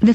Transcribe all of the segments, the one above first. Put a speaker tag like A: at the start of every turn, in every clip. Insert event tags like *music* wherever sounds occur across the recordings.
A: The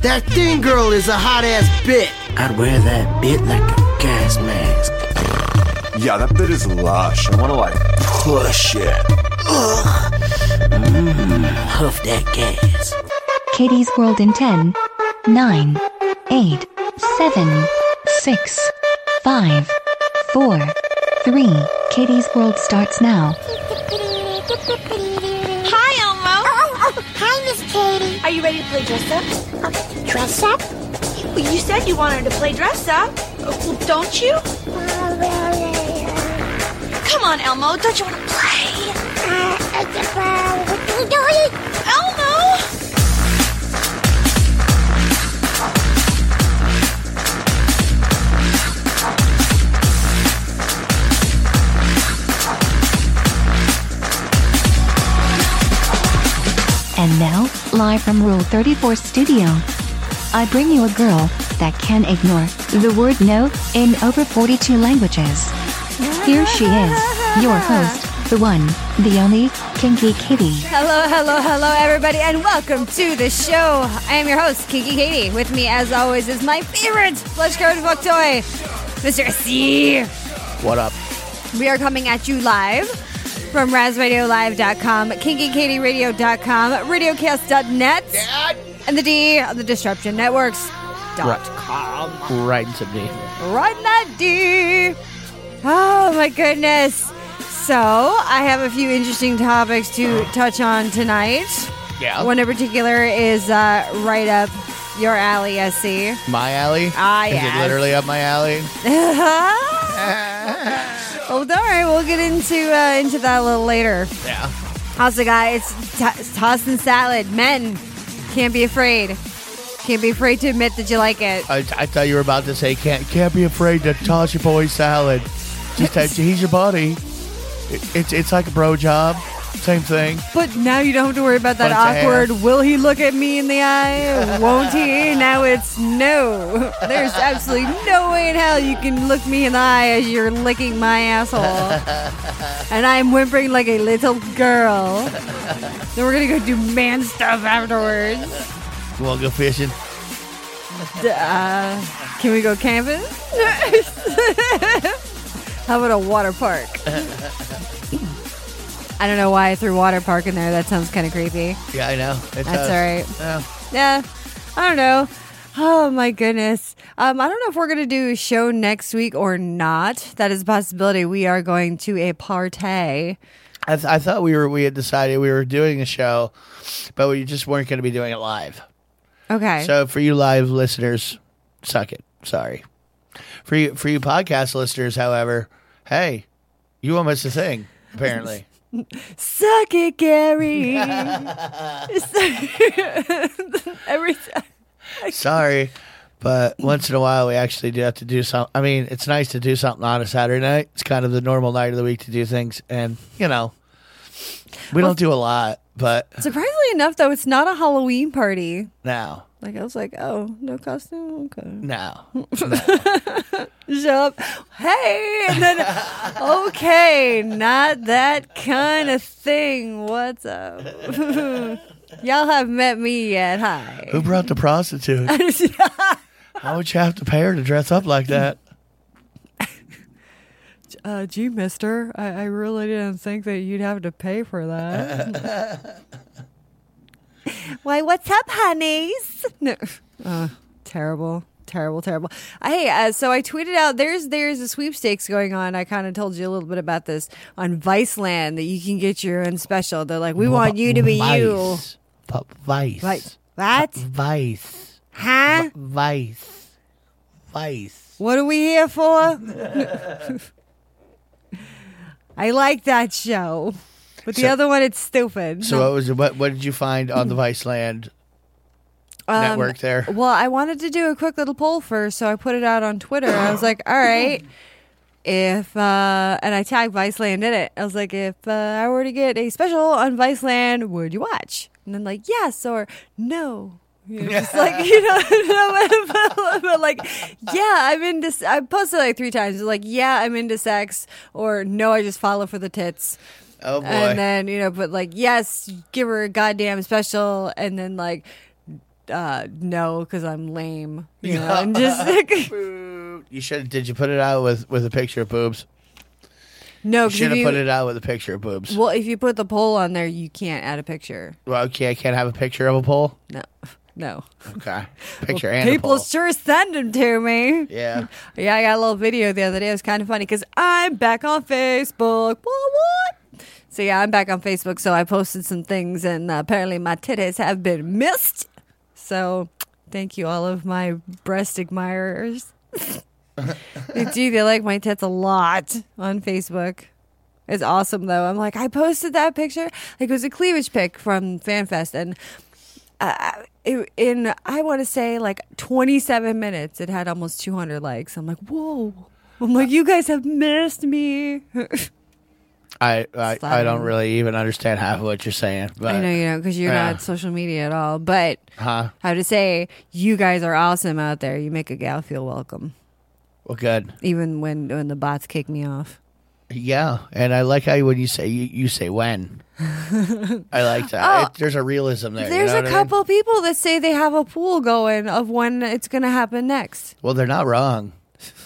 B: That thing girl is a hot ass bit. I'd wear that bit like a gas mask.
C: Yeah, that bit is lush. I want to like push it.
B: Huff that gas.
A: Katie's World in 10, 9, 8, 7, 6, 5, 4, 3. Katie's World starts now.
D: Hi, Elmo. Oh, oh, hi, Miss Katie. Are you ready to play dress up? dress up? Well, you said you wanted to play dress up. Uh, Well, don't you? Come on, Elmo. Don't you want to play? Elmo!
A: And now, live from Rule 34 Studio, I bring you a girl that can ignore the word no in over 42 languages. Here she is, your host, the one, the only, Kinky Kitty.
E: Hello, hello, hello, everybody, and welcome to the show. I am your host, Kiki Katie. With me, as always, is my favorite flesh card fuck toy, Mr. C.
B: What up?
E: We are coming at you live from RazRadioLive.com, KinkyKatieRadio.com, RadioCast.net, and the D on the Disruption Networks. Dot
F: Right. Right into me.
E: Right in that D. Oh my goodness. So I have a few interesting topics to touch on tonight.
F: Yeah.
E: One in particular is uh, right up your alley, SC.
F: My alley?
E: Ah,
F: Is
E: yes.
F: it literally up my alley?
E: well, all right, *laughs* we'll get into uh, into that a little later.
F: Yeah.
E: Also, guys, t- toss and salad. Men can't be afraid. Can't be afraid to admit that you like it.
F: I, I thought you were about to say can't can't be afraid to toss your boy salad. Just that he's your buddy. It, it's it's like a bro job. Same thing.
E: But now you don't have to worry about that
F: Bunch of
E: awkward. Will he look at me in the eye? Won't he? Now it's no. *laughs* There's absolutely no way in hell you can look me in the eye as you're licking my
F: *laughs*
E: asshole, and I'm whimpering like a little girl. Then we're gonna go do man stuff afterwards.
F: You wanna go fishing?
E: Uh, can we go camping? *laughs* How about a water
F: *laughs*
E: park? I don't know why I threw water park in there. That sounds kind of creepy.
F: Yeah, I know. It's
E: That's all right.
F: Yeah.
E: Yeah, I don't know. Oh my goodness. Um, I don't know if we're going to do a show next week or not. That is a possibility. We are going to a party.
F: I, th- I thought we were we had decided we were doing a show, but we just weren't going to be doing it live.
E: Okay.
F: So for you live listeners, suck it. Sorry. For you for you podcast listeners, however, hey, you won't miss a thing.
E: *laughs*
F: Apparently,
E: Suck it, Gary. Every time.
F: sorry, but once in a while we actually do have to do some. I mean, it's nice to do something on a Saturday night. It's kind of the normal night of the week to do things, and you know, we don't do a lot. But
E: Surprisingly enough, though, it's not a Halloween party.
F: now,
E: Like, I was like, oh, no costume? Okay.
F: now,
E: Show up. Hey. And then, okay, not that kind of thing. What's up? *laughs* Y'all have met me yet.
F: *laughs*
E: Hi. *laughs*
F: who brought the prostitute? How would you have to pay her to dress up like that?
E: uh, gee, mister, I, I really didn't think that you'd have to pay for that. *laughs* Why, what's up, honeys? No. Uh, terrible. Terrible, terrible. Hey, uh, so I tweeted out there's there's a sweepstakes going on. I kind of told you a little bit about this on Viceland that you can get your own special. They're like, we want you to be you.
F: Vice. But vice.
E: Right? What? Ah.
F: Vice.
E: Huh?
F: Vice. Vice.
E: What are we here for? *laughs* I like that show. But the
F: So-
E: other one, it's stupid.
F: So what was what what did you find on the Vice land?
E: Um,
F: network there.
E: Well, I wanted to do a quick little poll first, so I put it out on Twitter. I was like, all right, if, uh, and I tagged Viceland in it. I was like, if uh, I were to get a special on Viceland, would you watch? And then, like, yes or no. You know, just like *laughs* you know, but, but like, yeah, I'm into. s- I posted like three times. Like, yeah, I'm into sex, or no, I just follow for the tits.
F: Oh boy.
E: And then, you know, but like, yes, give her a goddamn special. And then, like, uh, no, because I'm lame. You know,
F: *laughs*
E: and just like,
F: you should did you put it out with with a picture of boobs?
E: no,
F: You
E: 'cause
F: should
E: if
F: have
E: Oh, you,
F: put it out with a picture of boobs.
E: Well, if you put the poll on there, you can't add a picture.
F: Well, okay, I can't have a picture of a pole.
E: No, *laughs* no.
F: Okay, picture and a
E: People
F: pole.
E: sure send them to me.
F: yeah,
E: Yeah, I got a little video the other day. It was kind of funny because I'm back on Facebook. What? What? So yeah, I'm back on Facebook. So I posted some things, and uh, apparently my titties have been missed. So thank you, all of my breast admirers. *laughs* they do. They like my tits a lot on Facebook. It's awesome though. I'm like, I posted that picture. Like it was a cleavage pic from FanFest, and uh, it, in I want to say like 27 minutes, it had almost 200 likes. I'm like, whoa! I'm like, you guys have missed me.
F: I I, I don't
E: Fun.
F: really even understand half of what you're saying, but
E: I know you know because you're
F: Yeah.
E: not social media at all. But
F: huh?
E: how to say you guys are awesome out there. You make a gal feel welcome,
F: Well, good.
E: even when when the bots kick me off.
F: Yeah, and I like how when you say you, you say
E: *laughs*
F: when. I like that.
E: Oh.
F: It- there's a realism there. you
E: There's
F: know
E: a
F: what I mean?
E: couple people that say they have a pool going of when it's going to happen next.
F: Well, they're not wrong.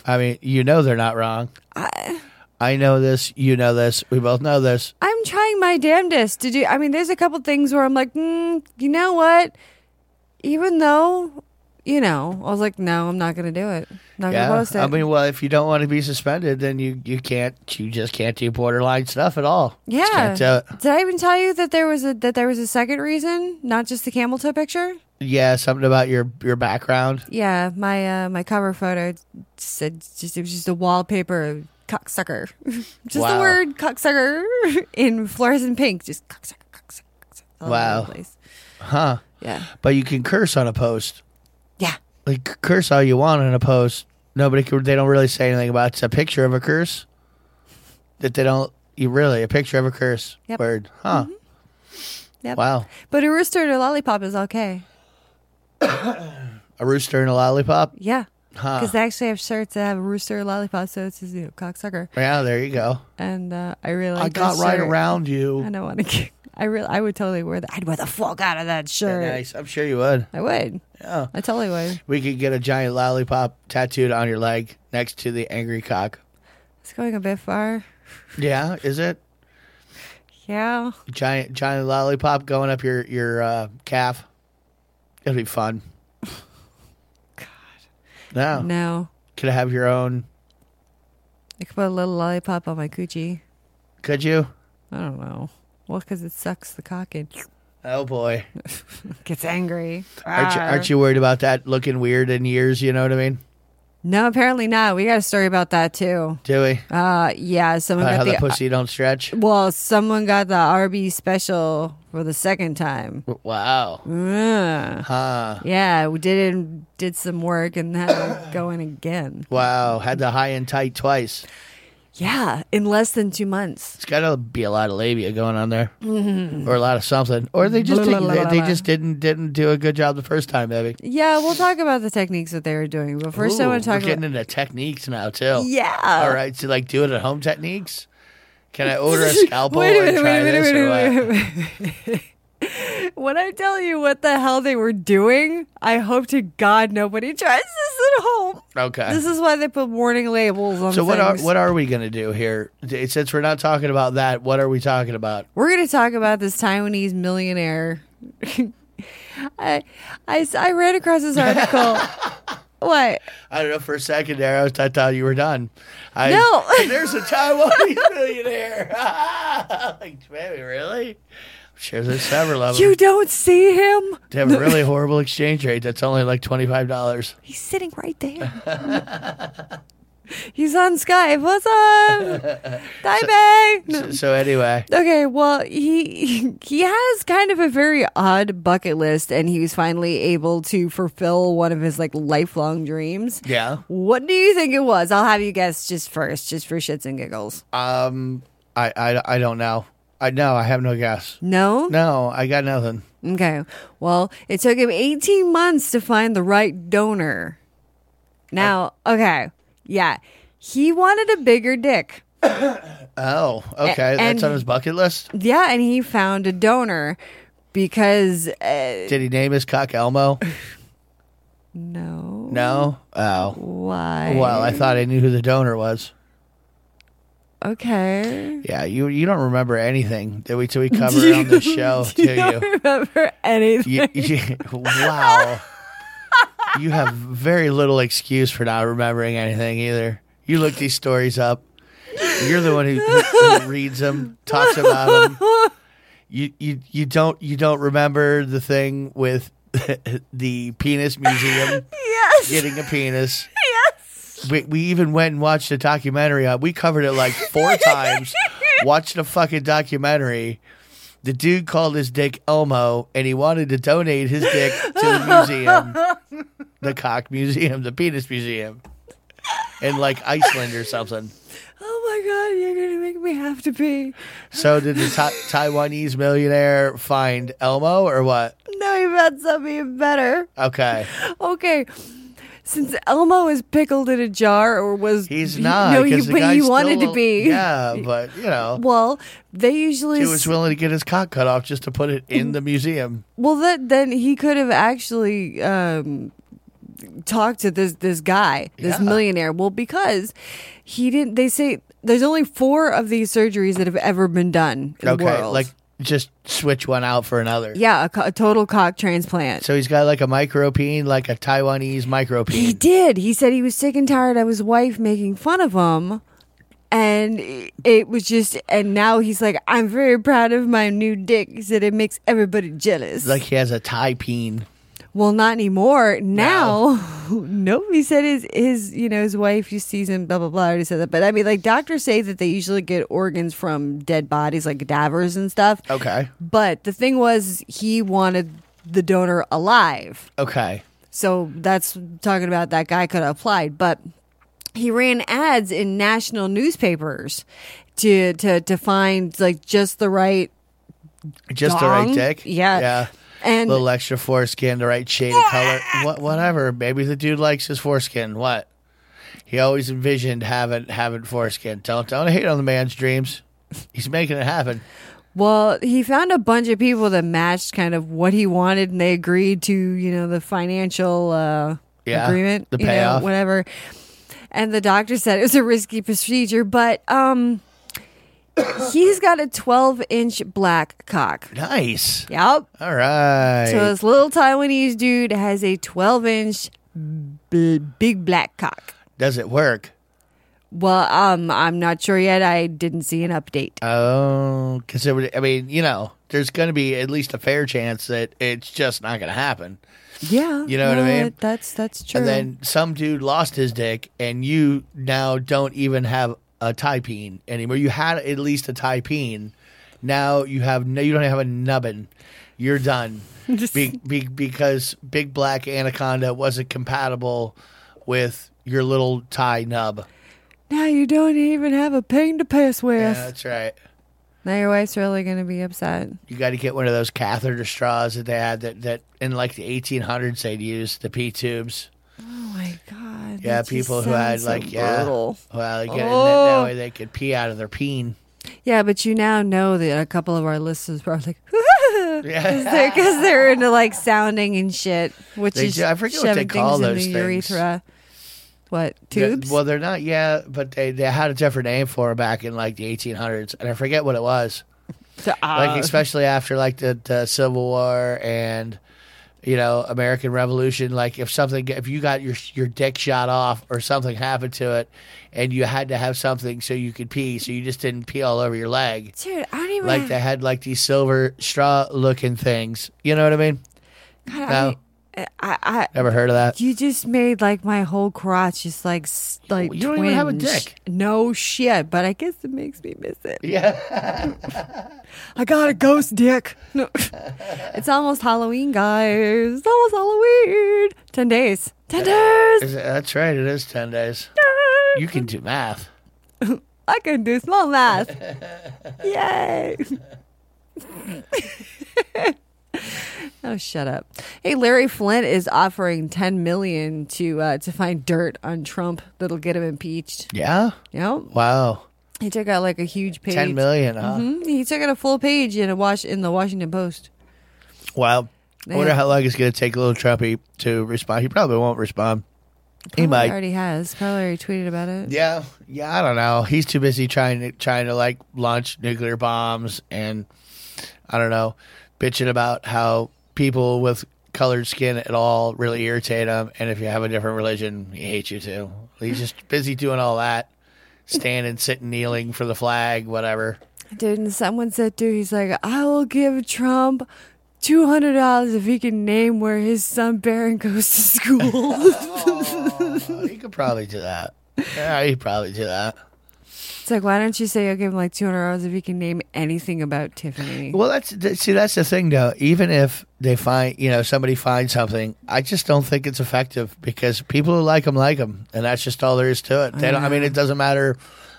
F: I mean, you know they're not wrong. I know this. You know this. We both know this.
E: I'm trying my damnedest to do. I mean, there's a couple things where I'm like, mm, you know what? Even though, you know, I was like, no, I'm not gonna do it. Not
F: Yeah.
E: gonna post it.
F: I mean, well, if you don't want to be suspended, then you you can't. You just can't do borderline stuff at all.
E: yeah.
F: Just can't uh, do it.
E: Did I even tell you that there was a that there was a second reason, not just the camel toe picture?
F: Yeah. Something about your your background.
E: Yeah, my uh, my cover photo said just it was just a wallpaper of cocksucker, *laughs* just
F: Wow.
E: the word cocksucker *laughs* in fluorescent pink, just cocksucker, cocksucker, cocksucker all over
F: Wow.
E: the place.
F: Huh.
E: Yeah,
F: But you can curse on a post.
E: yeah.
F: Like curse all you want on a post. Nobody can. They don't really say anything about. It. It's a picture of a curse. That they don't. You really a picture of a curse
E: Yep. Mm-hmm.
F: word, huh?
E: Yep.
F: Wow.
E: But a rooster and a lollipop is okay.
F: A rooster and a lollipop.
E: Yeah.
F: Huh.
E: Because they actually have shirts that have rooster or lollipop, so it's just, you know, cocksucker.
F: Yeah, there you go.
E: And uh, I really like
F: I got
E: this
F: right
E: shirt.
F: around
E: I
F: you.
E: don't *laughs* want to. I really, I would totally wear that. I'd wear the fuck out of that shirt.
F: Nice. I'm sure you would.
E: I would. Yeah. I totally would.
F: We could get a giant lollipop tattooed on your leg next to the angry cock.
E: It's going a bit far.
F: Yeah, is it
E: Yeah.
F: giant giant lollipop going up your your uh, calf? It'll
E: *laughs*
F: be fun. God. No.
E: No.
F: Could have your own.
E: I could put a little lollipop on my coochie.
F: Could you?
E: I don't know. Well, because it sucks the cock and
F: Oh boy.
E: gets angry.
F: Aren't
E: Uh,
F: you, aren't you worried about that looking weird in years? You know what I mean?
E: No, apparently not. We got a story about that too.
F: Do we?
E: Uh, yeah. Someone
F: About
E: got
F: how the,
E: the
F: pussy don't stretch.
E: Well, someone got the RB special for the second time.
F: Wow.
E: Mm. Ugh.
F: Huh.
E: Yeah, we did it, did some work and had to *coughs* go in again.
F: Wow. Had the high and tight twice.
E: Yeah, in less than two months.
F: It's got to be a lot of labia going on there,
E: Mm-hmm.
F: or a lot of something, or they just
E: Blah, blah,
F: didn't, they,
E: blah,
F: they
E: blah.
F: just didn't didn't do a good job the first time, maybe.
E: Yeah, we'll talk about the techniques that they were doing, but first I
F: Ooh,
E: want to
F: we're
E: talk
F: getting
E: about.
F: into techniques now too.
E: Yeah.
F: All right, so like do it at home techniques. Can I
E: *laughs*
F: order a scalpel
E: Wait a
F: and
E: minute,
F: try
E: wait a minute,
F: this
E: wait
F: or
E: a
F: what?
E: minute, wait a minute. When I tell you what the hell they were doing, I hope to God nobody *laughs* tries this at home.
F: Okay.
E: This is why they put warning labels on
F: Uh. so what are
E: things.
F: what are we gonna do here? D- Since we're not talking about that, what are we talking about?
E: We're going to talk about this Taiwanese millionaire. *laughs* I, I, s- I ran across this article. what?
F: I don't know. For a second there, I, was, I thought you were done. I,
E: No.
F: *laughs* there's a Taiwanese millionaire. *laughs* like, baby, really? I'm sure there's several of them.
E: You don't see him? *laughs*
F: They have a really horrible exchange rate that's only like $25.
E: He's sitting right there. He's on Skype. What's up? Bye, bag.
F: So, so anyway,
E: Okay, well, he he has kind of a very odd bucket list, and he was finally able to fulfill one of his like lifelong dreams.
F: Yeah.
E: What do you think it was? I'll have you guess just first, just for shits and giggles.
F: um, I, I, I don't know. I know. I have no guess.
E: no.
F: No, I got nothing.
E: Okay. Well, it took him 18 months to find the right donor. Now,
F: Uh,
E: okay. Yeah. He wanted a bigger dick.
F: Oh, okay. That's
E: and-
F: on his bucket list.
E: Yeah, and he found a donor because uh,
F: Did he name his cock Elmo?
E: no.
F: No. Oh.
E: Why?
F: Well, I thought I knew who the donor was.
E: Okay.
F: Yeah, you you don't remember anything that we till *laughs* we cover on
E: *laughs*
F: the show, *laughs* do you?
E: Don't remember *laughs* anything.
F: you, you- wow. you have very little excuse for not remembering anything either. You look these stories up. You're the one who, who reads them, talks about them. You, you you don't you don't remember the thing with *laughs* the penis museum
E: *laughs* Yes.
F: getting a penis.
E: Yes.
F: We, we even went and watched a documentary. on We covered it like
E: *laughs*
F: four times. Watched a fucking documentary. The dude called his dick Elmo, and he wanted to donate his dick to the museum, the cock museum, the penis museum, in like Iceland or something.
E: Oh my god, you're going to make me have to pee.
F: So did the Ta- Taiwanese millionaire find Elmo or what?
E: No, you found something better.
F: Okay,
E: Okay. Since Elmo is pickled in a jar or was
F: he's
E: he-
F: not.
E: No, you,
F: 'cause the
E: but
F: guy's
E: you
F: still
E: wanted
F: a-
E: to be.
F: Yeah, but you know,
E: Well, they usually
F: he
E: s-
F: was willing to get his cock cut off just to put it in the museum.
E: well that then he could have actually um talked to this this guy, this
F: Yeah.
E: millionaire. Well, because he didn't they say there's only four of these surgeries that have ever been done in the
F: Okay,
E: world.
F: like just switch one out for another.
E: yeah, a, co- a total cock transplant.
F: So he's got like a micropene, like a Taiwanese
E: He
F: micropene.
E: did. He said he was sick and tired of his wife making fun of him. And it- it was just, and now he's like, I'm very proud of my new dick. He said it makes everybody jealous.
F: Like he has a Thai peen.
E: well, not anymore. Now, *laughs* nope. He said his, his, you know, his wife, you sees him, blah, blah, blah. I already said that. But I mean, like, doctors say that they usually get organs from dead bodies, like cadavers and stuff.
F: Okay.
E: But the thing was, he wanted the donor alive.
F: Okay.
E: So that's talking about that guy could have applied, but he ran ads in national newspapers to to to find like just the right
F: Just the
E: Dong?
F: right dick.
E: Yeah.
F: Yeah.
E: and
F: little extra foreskin, the right shade of color. What, whatever. Maybe the dude likes his foreskin. What? He always envisioned having having foreskin. Don't don't hate on the man's dreams. He's making it happen.
E: well he found a bunch of people that matched kind of what he wanted and they agreed to you know the financial uh
F: Yeah,
E: agreement
F: the
E: you know,
F: payoff.
E: whatever and the doctor said it was a risky procedure but um he's got a 12 inch black cock
F: Nice.
E: yep
F: All right.
E: So this little Taiwanese dude has a 12 inch bl- big black cock.
F: Does it work?
E: Well, um, I'm not sure yet. I didn't see an update.
F: Oh, because it would. I mean, you know, there's going to be at least a fair chance that it's just not going to happen.
E: yeah,
F: you know what I
E: well,
F: mean?
E: That's that's true.
F: And then some dude lost his dick, and you now don't even have a tie peen anymore. You had at least a tie peen. Now you have no. You don't have a nubbin.
E: *laughs*
F: You're done. Be, be, because big black anaconda wasn't compatible with your little tie nub.
E: now you don't even have a ping to piss with.
F: Yeah, that's right.
E: Now your wife's really gonna be upset.
F: you got to get one of those catheter straws that they had that, that in like the 1800s they'd use the pee tubes.
E: Oh my god.
F: Yeah,
E: that just
F: people who had
E: sounds so
F: like yeah,
E: brutal.
F: well, get in that, that
E: Oh.
F: way they could pee out of their peen.
E: Yeah, but you now know that a couple of our listeners are like.
F: Yeah, *laughs*
E: Because they're into like sounding and shit, which
F: They
E: is
F: do- I forget what they
E: shoving
F: call
E: things in
F: those
E: the
F: things.
E: urethra. What *laughs* tubes?
F: Well, they're not. Yeah, but they they had a different name for 'em back in like the 1800s, and I forget what it was.
E: To-
F: Like
E: ah.
F: especially after like the, the Civil War and. You know, American Revolution. Like, if something, if you got your your dick shot off or something happened to it, and you had to have something so you could pee, so you just didn't pee all over
E: *sighs*
F: your leg.
E: Dude, I don't even
F: like they had like these silver straw looking things. You know what I mean?
E: God, I
F: No.
E: don't- I, I
F: Ever heard of that?
E: you just made like my whole crotch just like s- like
F: Oh, you don't even have a
E: twinge.
F: dick.
E: No shit, but I guess it makes me miss it.
F: Yeah.
E: *laughs* I got a ghost dick. No. *laughs* it's almost Halloween, guys. It's almost Halloween. Ten days. Ten days.
F: Is it- that's right. It is 10 days. You can do math.
E: I can do small math. Yay. oh, shut up. Hey, Larry Flint is offering 10 million to uh, to find dirt on Trump that'll get him impeached.
F: Yeah.
E: Yep.
F: Wow.
E: He took out like a huge page.
F: 10 million, huh?
E: Mhm. He took out a full page in a wash in the Washington Post.
F: Wow. I wonder
E: Yeah.
F: how long it's going to take little Trumpy to respond. He probably won't respond. he
E: Probably
F: might.
E: already has. Probably already tweeted about it.
F: Yeah, yeah, I don't know. He's too busy trying to trying to like launch nuclear bombs and I don't know, bitching about how people with colored skin at all really irritate him, and if you have a different religion, he hates you too. He's just busy doing all that, standing, sitting, kneeling for the flag, whatever.
E: Dude, and someone said, dude, he's like, I will give Trump two hundred dollars if he can name where his son Barron goes to school. *laughs*
F: he could probably do that. Yeah, he could probably do that.
E: it's like, why don't you say you'll give him like two hundred dollars if he can name anything about Tiffany?
F: Well, that's th- see, that's the thing though. Even if they find, you know, somebody finds something, I just don't think it's effective because people who like him like him, and that's just all there is to it. They don't, I mean, it doesn't matter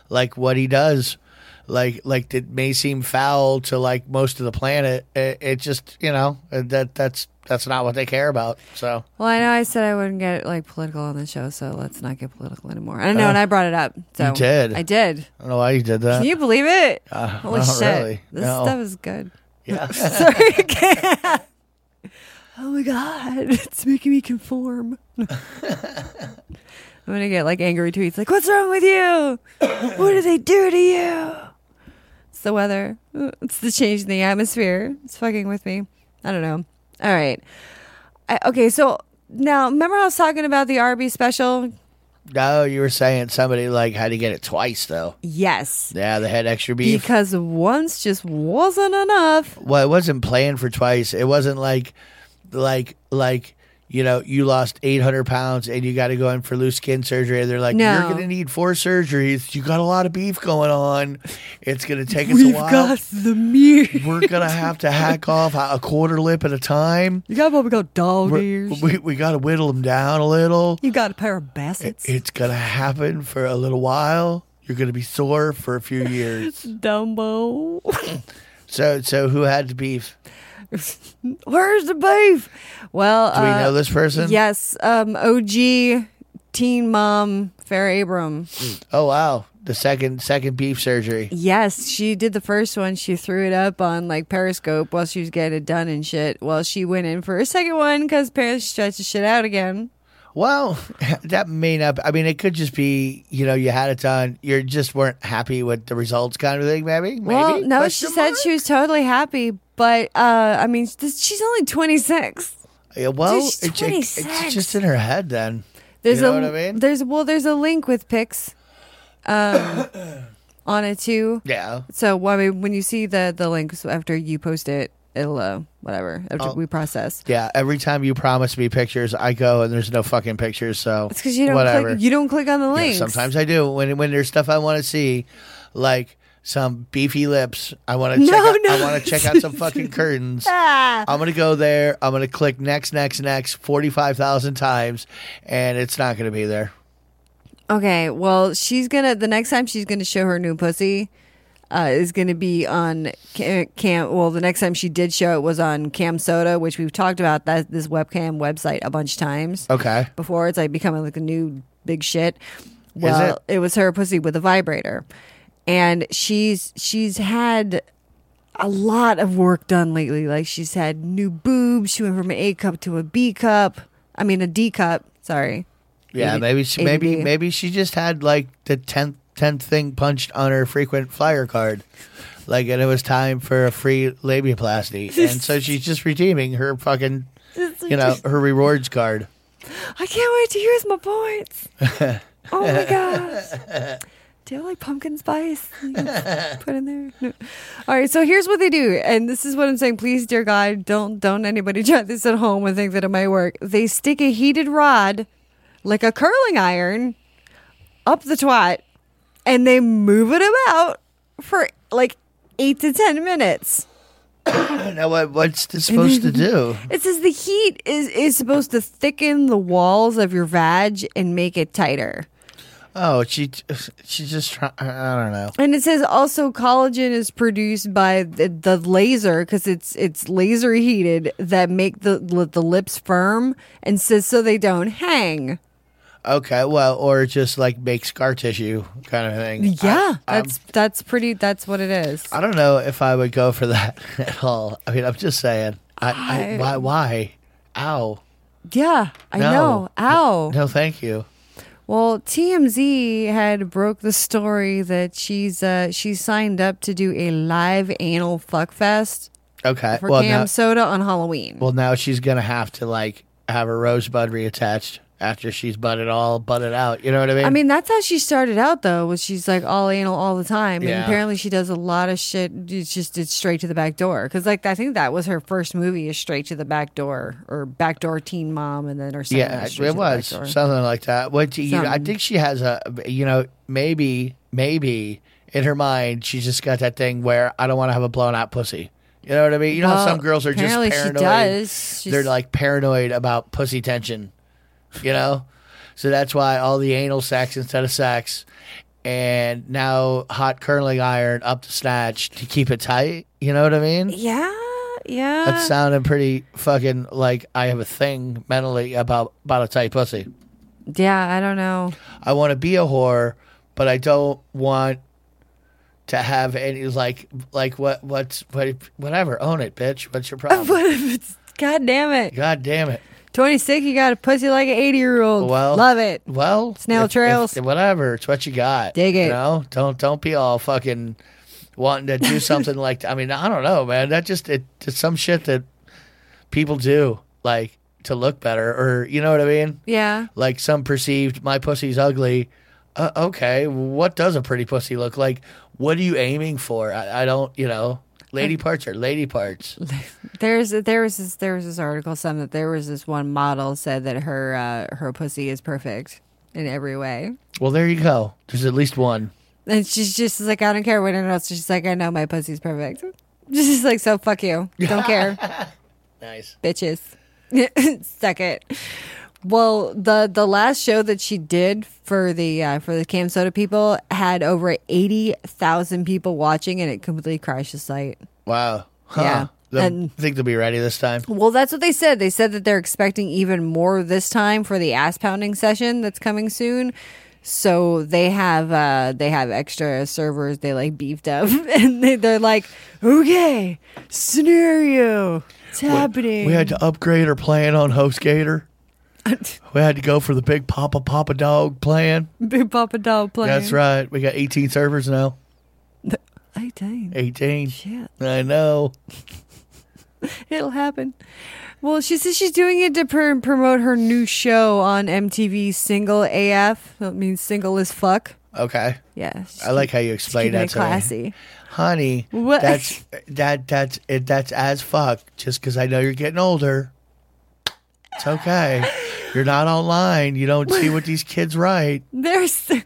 F: like what he does. Like, like it may seem foul to like most of the planet. It, it just, you know, that that's that's not what they care about. So
E: Well, I know I said I wouldn't get like political on the show, so let's not get political anymore. I know, and I brought it up. So
F: Uh, you did.
E: I did.
F: I don't know why you did that.
E: Can you believe *laughs* it?
F: Uh,
E: Holy
F: not
E: shit!
F: really.
E: This
F: No.
E: stuff is good.
F: yeah.
E: *laughs* Sorry. again. *laughs* oh my god, *laughs* it's making me *laughs* conform. I'm gonna get like angry tweets like, "What's wrong with you? *coughs* What do they do to you?" It's the weather. *laughs* It's the change in the atmosphere. It's fucking with me. I don't know. All right. I, okay, so now remember I was talking about the RB special?
F: no, you were saying somebody like had to get it twice though.
E: Yes,
F: Yeah, they had extra beef.
E: because once just wasn't enough.
F: well, it wasn't planned for twice. It wasn't like, like, like you know, you lost eight hundred pounds and you got to go in for loose skin surgery. And they're like,
E: No.
F: you're going to need four surgeries. You got a lot of beef going on. It's going to take us
E: We've
F: a while.
E: got the meat. *laughs*
F: We're going to have to hack off a a quarter lip at a time.
E: You got what we got dog
F: We're-
E: ears.
F: We we got to whittle them down a little.
E: You got a pair of baskets.
F: It's going to happen for a little while. You're going to be sore for a
E: *laughs*
F: few years.
E: Dumbo. *laughs*
F: so so who had the beef?
E: Where's the beef? Well,
F: Do we
E: uh,
F: know this person?
E: Yes, um, OG teen mom Fair Abram.
F: Oh wow, the second second beef surgery.
E: Yes, she did the first one. She threw it up on like Periscope while she was getting it done and shit. Well, she went in for a second one because parents stretched the shit out again.
F: Well, *laughs* that may not. I mean, it could just be you know you had it done. You just weren't happy with the results, kind of thing. Maybe. Maybe.
E: Well, no, she
F: Question
E: said
F: mark?
E: she was totally happy, but uh, I mean, this, she's only twenty six.
F: Yeah, well,
E: Dude, she's
F: it's, it's- it's
E: 26.
F: just in her head. Then
E: There's
F: know
E: a,
F: what I mean?
E: There's well, there's a link with pics,
F: *coughs*
E: um, on it too.
F: yeah.
E: So well, I mean, when you see the the links after you post it, it'll uh, whatever after
F: Oh.
E: we process.
F: Yeah, every time you promise me pictures, I go and there's no fucking pictures. So
E: It's because you don't
F: whatever.
E: click. You don't click on the
F: Yeah,
E: links.
F: sometimes I do when when there's stuff I want to see, like some beefy lips. I want to
E: No,
F: check out, I
E: no. Ah.
F: want to check out some
E: *laughs*
F: fucking curtains. I'm gonna go there. I'm gonna click next, next, next forty five thousand times, and it's not gonna be there.
E: Okay, well, she's gonna the next time she's gonna show her new pussy. Uh, is going to be on ca- cam. Well, the next time she did show it was on Cam Soda, which we've talked about that this webcam website a bunch of times.
F: Okay.
E: before it's like becoming like a new big shit. Well, it? was her pussy with a vibrator, and she's she's had a lot of work done lately. Like she's had new boobs. She went from an A cup to a B cup. I mean a D cup. Sorry.
F: Yeah, maybe she, maybe
E: ADD.
F: maybe she just had like the tenth tenth thing punched on her frequent flyer card, like, and it was time for a free labiaplasty, and
E: *laughs*
F: so she's just redeeming her fucking, you know, her rewards card.
E: I can't wait to use my points. oh my gosh. Do you have like pumpkin spice? You can put in there. No. All right. So here's what they do, and this is what I'm saying. Please, dear God, don't don't anybody *laughs* try this at home and think that it might work. They stick a heated rod, like a curling iron, up the twat, and they move it about for like eight to ten minutes.
F: Now, what, what's this supposed to do?
E: It says the heat is is supposed to thicken the walls of your vag and make it tighter.
F: Oh, she she just try, I don't know.
E: And it says also collagen is produced by the, the laser because it's it's laser heated that make the the lips firm and says so they don't hang.
F: Okay, well, or just like make scar tissue kind of thing.
E: Yeah,
F: I, I'm-
E: that's that's pretty. That's what it is.
F: I don't know if I would go for *laughs* that at all. I mean, I'm just saying. I, I,
E: I-
F: why? Why? Ow!
E: yeah, I
F: No.
E: know. Ow.
F: No, thank you.
E: Well, TMZ had broke the story that she's uh she signed up to do a live anal fuck fest
F: Okay.
E: for
F: well,
E: Cam
F: now,
E: Soda on Halloween.
F: well, now she's gonna have to like have her rosebud reattached after she's butted all butted out. You know what I mean?
E: I mean, that's how she started out, though, was she's like all anal all the time, and
F: Yeah.
E: apparently she does a lot of shit. It's just it's straight to the back door because, like, I think that was her first movie is straight to the back door or backdoor teen mom, and then her second
F: yeah,
E: one is
F: it
E: Straight to the Back
F: was
E: Door.
F: something like that. What do you? I
E: Something.
F: think she has a. You know, maybe, maybe in her mind, she's just got that thing where I don't want to have a blown out pussy. You know what I mean? You know, how
E: Well,
F: some girls are just
E: apparently
F: paranoid.
E: she does.
F: They're
E: She's-
F: like paranoid about pussy tension. You know, so that's why all the anal sex instead of sex, and now hot curling iron up the snatch to keep it tight. You know what I mean?
E: yeah, yeah.
F: That's sounding pretty fucking like I have a thing mentally about about a tight pussy.
E: yeah, I don't *laughs* know.
F: I want to be a whore, but I don't want to have any like like what what's what whatever. Own it, bitch. What's
E: *laughs*
F: your problem?
E: God damn it.
F: God damn it.
E: 26, you got a pussy like an 80 year old.
F: Well,
E: Love it.
F: Well,
E: Snail
F: if-
E: trails.
F: if- whatever. It's what you got.
E: Dig
F: You
E: it.
F: know, don't don't be all fucking wanting
E: *laughs*
F: to do something like. I mean, I don't know, man. That just it, it's some shit that people do like to look better, or you know what I mean.
E: Yeah.
F: like some perceived my pussy's ugly. Uh, okay, what does a pretty pussy look like? What are you aiming for? I, I don't, you know. Lady parts are lady parts.
E: *laughs* There's there was this there was this article some that there was this one model said that her uh, her pussy is perfect in every way,
F: Well, there you go. There's at least one.
E: and she's just like I don't care what anyone else. She's like I know my pussy's perfect. *laughs* Just like so fuck you, don't care,
F: Nice.
E: bitches. *laughs* Suck it. Well, the the last show that she did for the uh, for the Cam Soda people had over eighty thousand people watching, and it completely crashed the site.
F: Wow. Huh.
E: Yeah.
F: They'll-
E: And-
F: think they'll be ready this time.
E: Well, that's what they said. They said that they're expecting even more this time for the ass pounding session that's coming soon. So they have uh, they have extra servers. They like beefed up, *laughs* and they, they're like, okay, scenario, it's happening.
F: We had to upgrade our plan
E: *laughs*
F: on HostGator. we had to go for the big Papa Papa Dog plan.
E: Big Papa Doll playing.
F: That's right. We got 18 servers now.
E: I dang,
F: 18.
E: Shit.
F: I know.
E: it'll happen. Well, she says she's doing it to pr- promote her new show on MTV, Single AF. That means single as fuck.
F: Okay.
E: Yeah,
F: I like how you explain
E: keeping
F: that
E: it
F: to me.
E: classy.
F: honey,
E: What?
F: that's that that's it, that's as fuck. Just because I know you're getting older, it's okay. You're not online. You don't see what these kids write.
E: They're so,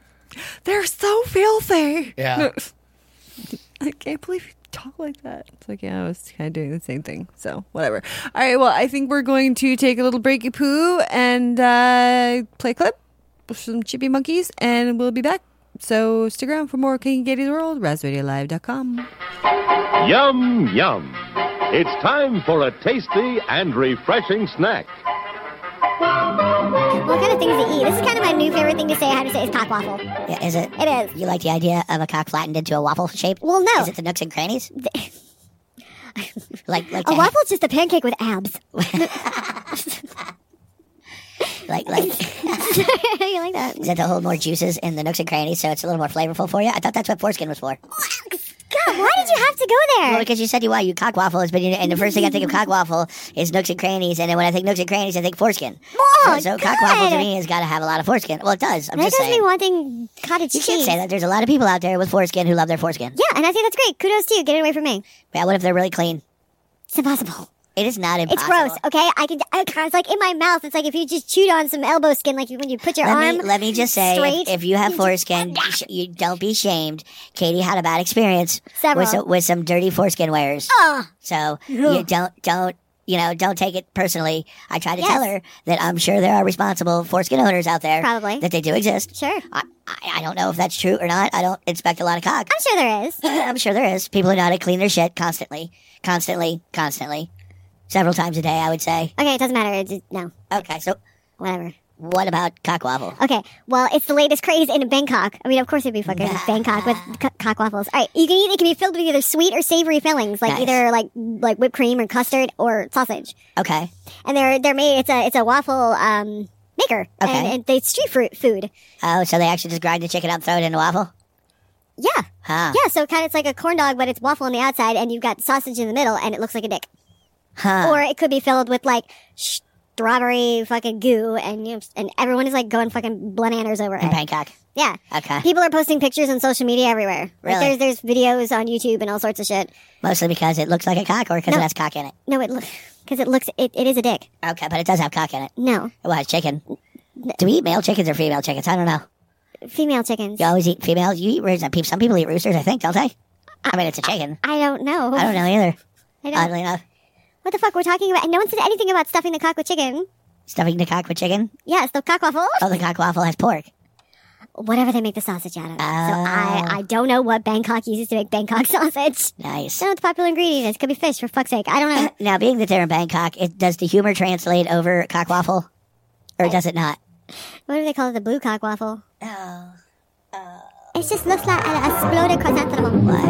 E: they're so filthy.
F: Yeah.
E: *laughs* I can't believe you talk like that. It's like, yeah, I was kind of doing the same thing. So, whatever. All right. Well, I think we're going to take a little breaky poo and uh, play a clip with some chippy monkeys, and we'll be back. So, stick around for more King Katie's World, RazRadioLive.com.
G: Yum, yum. It's time for a tasty and refreshing snack.
H: What kind of things to eat? This is kind of my new favorite thing to say. How to say is cock waffle.
I: Yeah, is it?
H: It is.
I: You like the idea of a cock flattened into a waffle shape?
H: Well, no.
I: Is it the nooks and
H: *laughs*
I: crannies? like, like
H: A
I: to-
H: waffle is just a pancake with abs.
I: Like, like,
H: you like that?
I: is Oh, that to hold more juices in the nooks and crannies so it's a little more flavorful for you? I thought that's what foreskin was for.
H: God, why did you
I: have to go there. Well, because you said you why you cock waffles, but you know, and the first thing I think of cock waffle is nooks and crannies, and then when I think nooks and crannies, I think foreskin.
H: Oh,
I: so so cock waffle to
H: God.
I: me has got to have a lot of foreskin. Well, it does. I'm
H: that
I: just
H: does
I: saying.
H: me wanting cottage
I: you
H: cheese.
I: can't say that. There's a lot of people out there with foreskin who love their foreskin.
H: Yeah, and I think that's great. Kudos to you. Get it away from me.
I: Yeah, what if they're really clean?
H: It's impossible.
I: It is not impossible.
H: It's gross. Okay, I can. I can't- It's like in my mouth. It's like if you just chewed on some elbow skin, like when you put your
I: Let
H: arm.
I: me, let me just say,
H: straight
I: if, if you have
H: into-
I: foreskin, you, sh- you don't be shamed. Katie had a bad experience
H: Several.
I: with some, with some dirty foreskin wearers.
H: Ugh.
I: So you don't don't you know don't take it personally. I tried to tell
H: Yes.
I: her that I'm sure there are responsible foreskin owners out there,
H: Probably.
I: that they do exist.
H: Sure.
I: I, I, I don't know if *clears throat* that's true or not. I don't inspect a lot of cock.
H: I'm sure there is. *laughs*
I: I'm sure there is people who know how to clean their shit constantly, constantly, constantly, several times a day. I would say.
H: Okay, it doesn't matter. It's just, no,
I: Okay, so
H: whatever.
I: what about cock waffle?
H: Okay, well, it's the latest craze in Bangkok. I mean, of course it'd be fucking Bangkok with c- cock waffles. All right, you can eat. It can be filled with either sweet or savory fillings, like
I: Nice.
H: either like like whipped cream or custard or sausage.
I: Okay,
H: And they're they're made. It's a it's a waffle um maker.
I: Okay.
H: And, and they it's street fruit food.
I: oh, so they actually just grind the chicken up, throw it in a waffle.
H: Yeah.
I: Huh.
H: Yeah, so kind of it's like a corn dog, but it's waffle on the outside, and you've got sausage in the middle, and it looks like a dick.
I: Huh.
H: Or it could be filled with like strawberry fucking goo, and you know, and everyone is like going fucking bananas over it.
I: in Bangkok.
H: Yeah.
I: Okay.
H: People are posting pictures on social media everywhere. Like
I: Really?
H: there's there's videos on YouTube and all sorts of shit.
I: Mostly because it looks like a cock or because
H: No.
I: it has cock in it.
H: No, it because it looks it, it is a dick.
I: Okay, but it does have cock in it.
H: No,
I: Well, it's chicken. Do we eat male chickens or female chickens? I don't know.
H: female chickens.
I: You always eat females? You eat roosters. Pe- Some people eat roosters, I think, don't they? I mean, it's a chicken.
H: I don't know.
I: I don't know either.
H: I don't-
I: Oddly enough.
H: What the fuck we're talking about? And no one said anything about stuffing the cock with chicken.
I: Stuffing the cock with chicken?
H: Yes, the cock waffle.
I: Oh, the cock waffle has pork.
H: Whatever they make the sausage out of. So I I don't know what Bangkok uses to make Bangkok *laughs* sausage.
I: Oh. Nice.
H: don't know what the popular ingredient is. Could be fish, for fuck's sake. I don't know.
I: *laughs* Now, being that they're in Bangkok, it, does the humor translate over cock waffle? Or does it not?
H: What do they call it? The blue cock waffle. Oh. It just looks like an exploded chrysanthemum.
I: Why?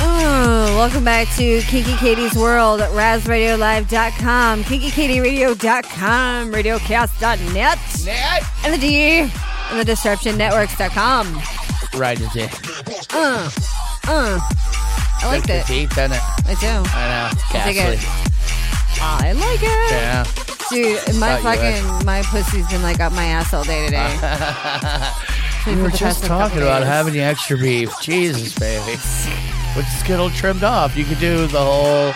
E: Oh, welcome back to Kinky Katie's World at RazRadioLive.com, KinkyKatieRadio.com, RadioCast.net, and the D, and the Disruption Networks.com.
F: Right as it.
E: Uh, uh. I liked it.
F: Deep, doesn't it?
E: I do.
F: I know.
E: dig it.
F: Ghastly.
E: I like it.
F: Yeah.
E: Dude, my
F: Thought you would.
E: fucking, my pussy's been like up my ass all day today.
F: *laughs*
E: Actually,
F: We
E: for
F: were
E: the past
F: just
E: couple
F: talking about
E: days.
F: having the extra beef. Jesus, baby. Which is get all trimmed off. You could do the whole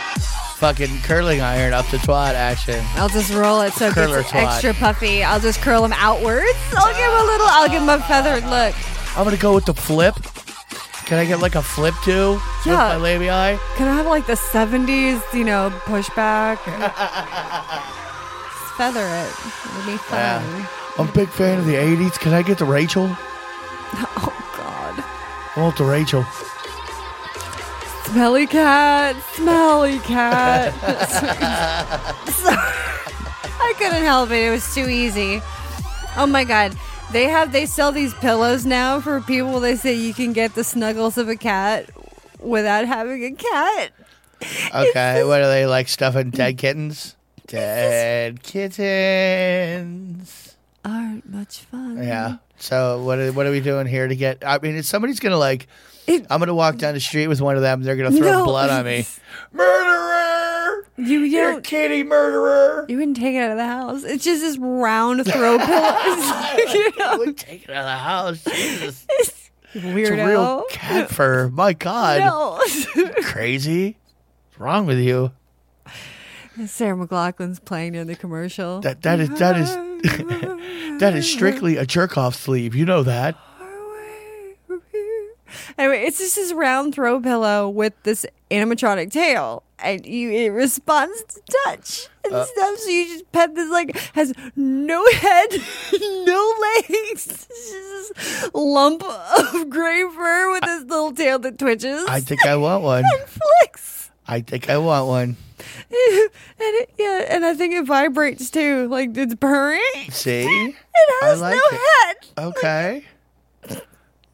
F: fucking curling iron up to twat action.
E: I'll just roll it so it
F: Curler
E: gets
F: twat.
E: extra puffy. I'll just curl them outwards. I'll give 'em a little. I'll give 'em a feathered look.
F: I'm gonna go with the flip. Can I get like a flip too? With
E: Yeah.
F: my labii?
E: Can I have like the seventies? You know,
F: *laughs*
E: pushback. Just Feather it. It'll be fun. *laughs*
F: Yeah. I'm a big fan of the 80s. Can I get the Rachel?
E: Oh God.
F: I want the Rachel.
E: Smelly cat. Smelly
F: *laughs*
E: cat. *laughs* Sorry. I couldn't help it. It was too easy. Oh my God. They have they sell these pillows now for people. They say you can get the snuggles of a cat without having a cat.
F: Okay, what are they like stuffing dead
E: *laughs*
F: kittens? Dead kittens.
E: Aren't much fun.
F: Yeah. So what are, what are we doing here to get? I mean, if somebody's gonna like,
E: It- *laughs*
F: I'm gonna walk down the street with one of them. They're gonna throw
E: No.
F: blood on me. Murderer!
E: You you
F: You're a kitty murderer.
E: You wouldn't take it out of the house. It's just this round
F: *laughs*
E: throw *laughs* pillow. you know?
F: We're taking it out of the house.
E: *laughs*
F: Jesus. It's a
E: Weirdo.
F: real cat fur. My God.
E: no.
F: Crazy. What's wrong with you?
E: *laughs* Sarah McLaughlin's playing in the commercial.
F: That that is that is that is *laughs* strictly a jerk off sleeve. You know that.
E: *laughs* Anyway, it's just this round throw pillow with this animatronic tail, and you it responds to touch and
F: Uh.
E: stuff. So you just pet this like has no head, *laughs* no legs, *laughs* it's just this lump of gray fur with this little tail that twitches
F: I think I want
E: *laughs*
F: one.
E: and flicks.
F: I think I want one.
E: and it, yeah, and I think it vibrates too, like it's purring. It
F: See?
E: has
F: like
E: no
F: it.
E: head.
F: Okay.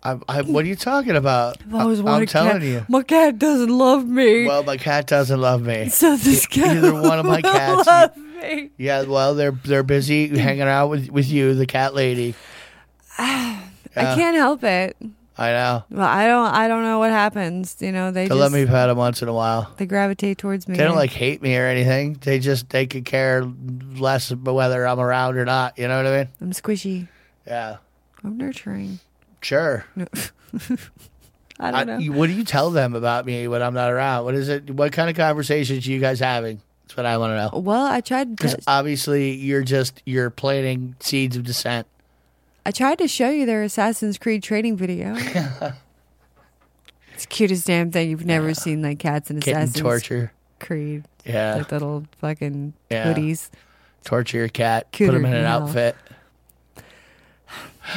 F: I, I, what are you talking about?
E: I've always
F: I'm
E: wanted a cat.
F: telling you.
E: My cat doesn't love me.
F: Well, my cat doesn't love me.
E: so this cat
F: either one
E: *laughs*
F: of my
E: will
F: cats-
E: love me.
F: Yeah, well, they're
E: *laughs*
F: they're busy hanging out with, with you, the cat lady.
E: *sighs*
F: Uh,
E: I can't help it.
F: I know.
E: Well, I don't. I don't know what happens. You know, they
F: They
E: just
F: let me pet them once in a while.
E: they gravitate towards me.
F: They don't like hate me or anything. They just they could care less about whether I'm around or not. You know what I mean?
E: I'm squishy.
F: Yeah.
E: I'm nurturing. *laughs*
F: Sure.
E: I
F: I-
E: don't know.
F: you- what do you tell them about me when I'm not around? What is it? What kind of conversations are you guys having? That's what I want to know.
E: well, I tried. To,
F: Because obviously you're just you're planting seeds of dissent.
E: I tried to show you their Assassin's Creed training
F: *laughs*
E: video. it's the cutest damn thing you've never seen. Like cats in
F: Kitten
E: Assassin's
F: torture.
E: Creed.
F: Yeah.
E: Like the little fucking
F: Yeah.
E: hoodies.
F: torture your cat.
E: Cuter
F: put him in an
E: than hell.
F: outfit.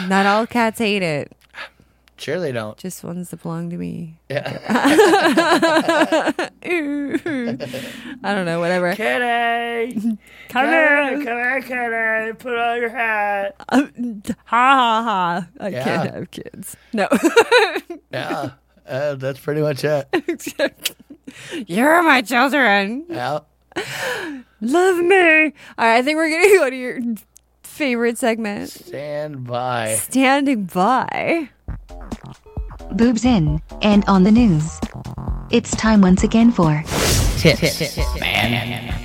E: Not all cats hate it.
F: Sure they don't.
E: Just ones that belong to me. *laughs*
F: Yeah.
E: I don't know. Whatever. *laughs*
F: Kitty.
E: Come here.
F: here, kitty. Put on
E: *laughs*
F: your hat.
E: Um, ha ha ha. I
F: Yeah.
E: can't have kids. No. *laughs*
F: Yeah. Uh, that's pretty
E: *laughs*
F: much it.
E: You're my children.
F: Yeah.
E: Love me. All right. I think we're going to go to your favorite segment
F: Stand by.
E: Standing By.
A: Boobs in and on the news. It's time once again for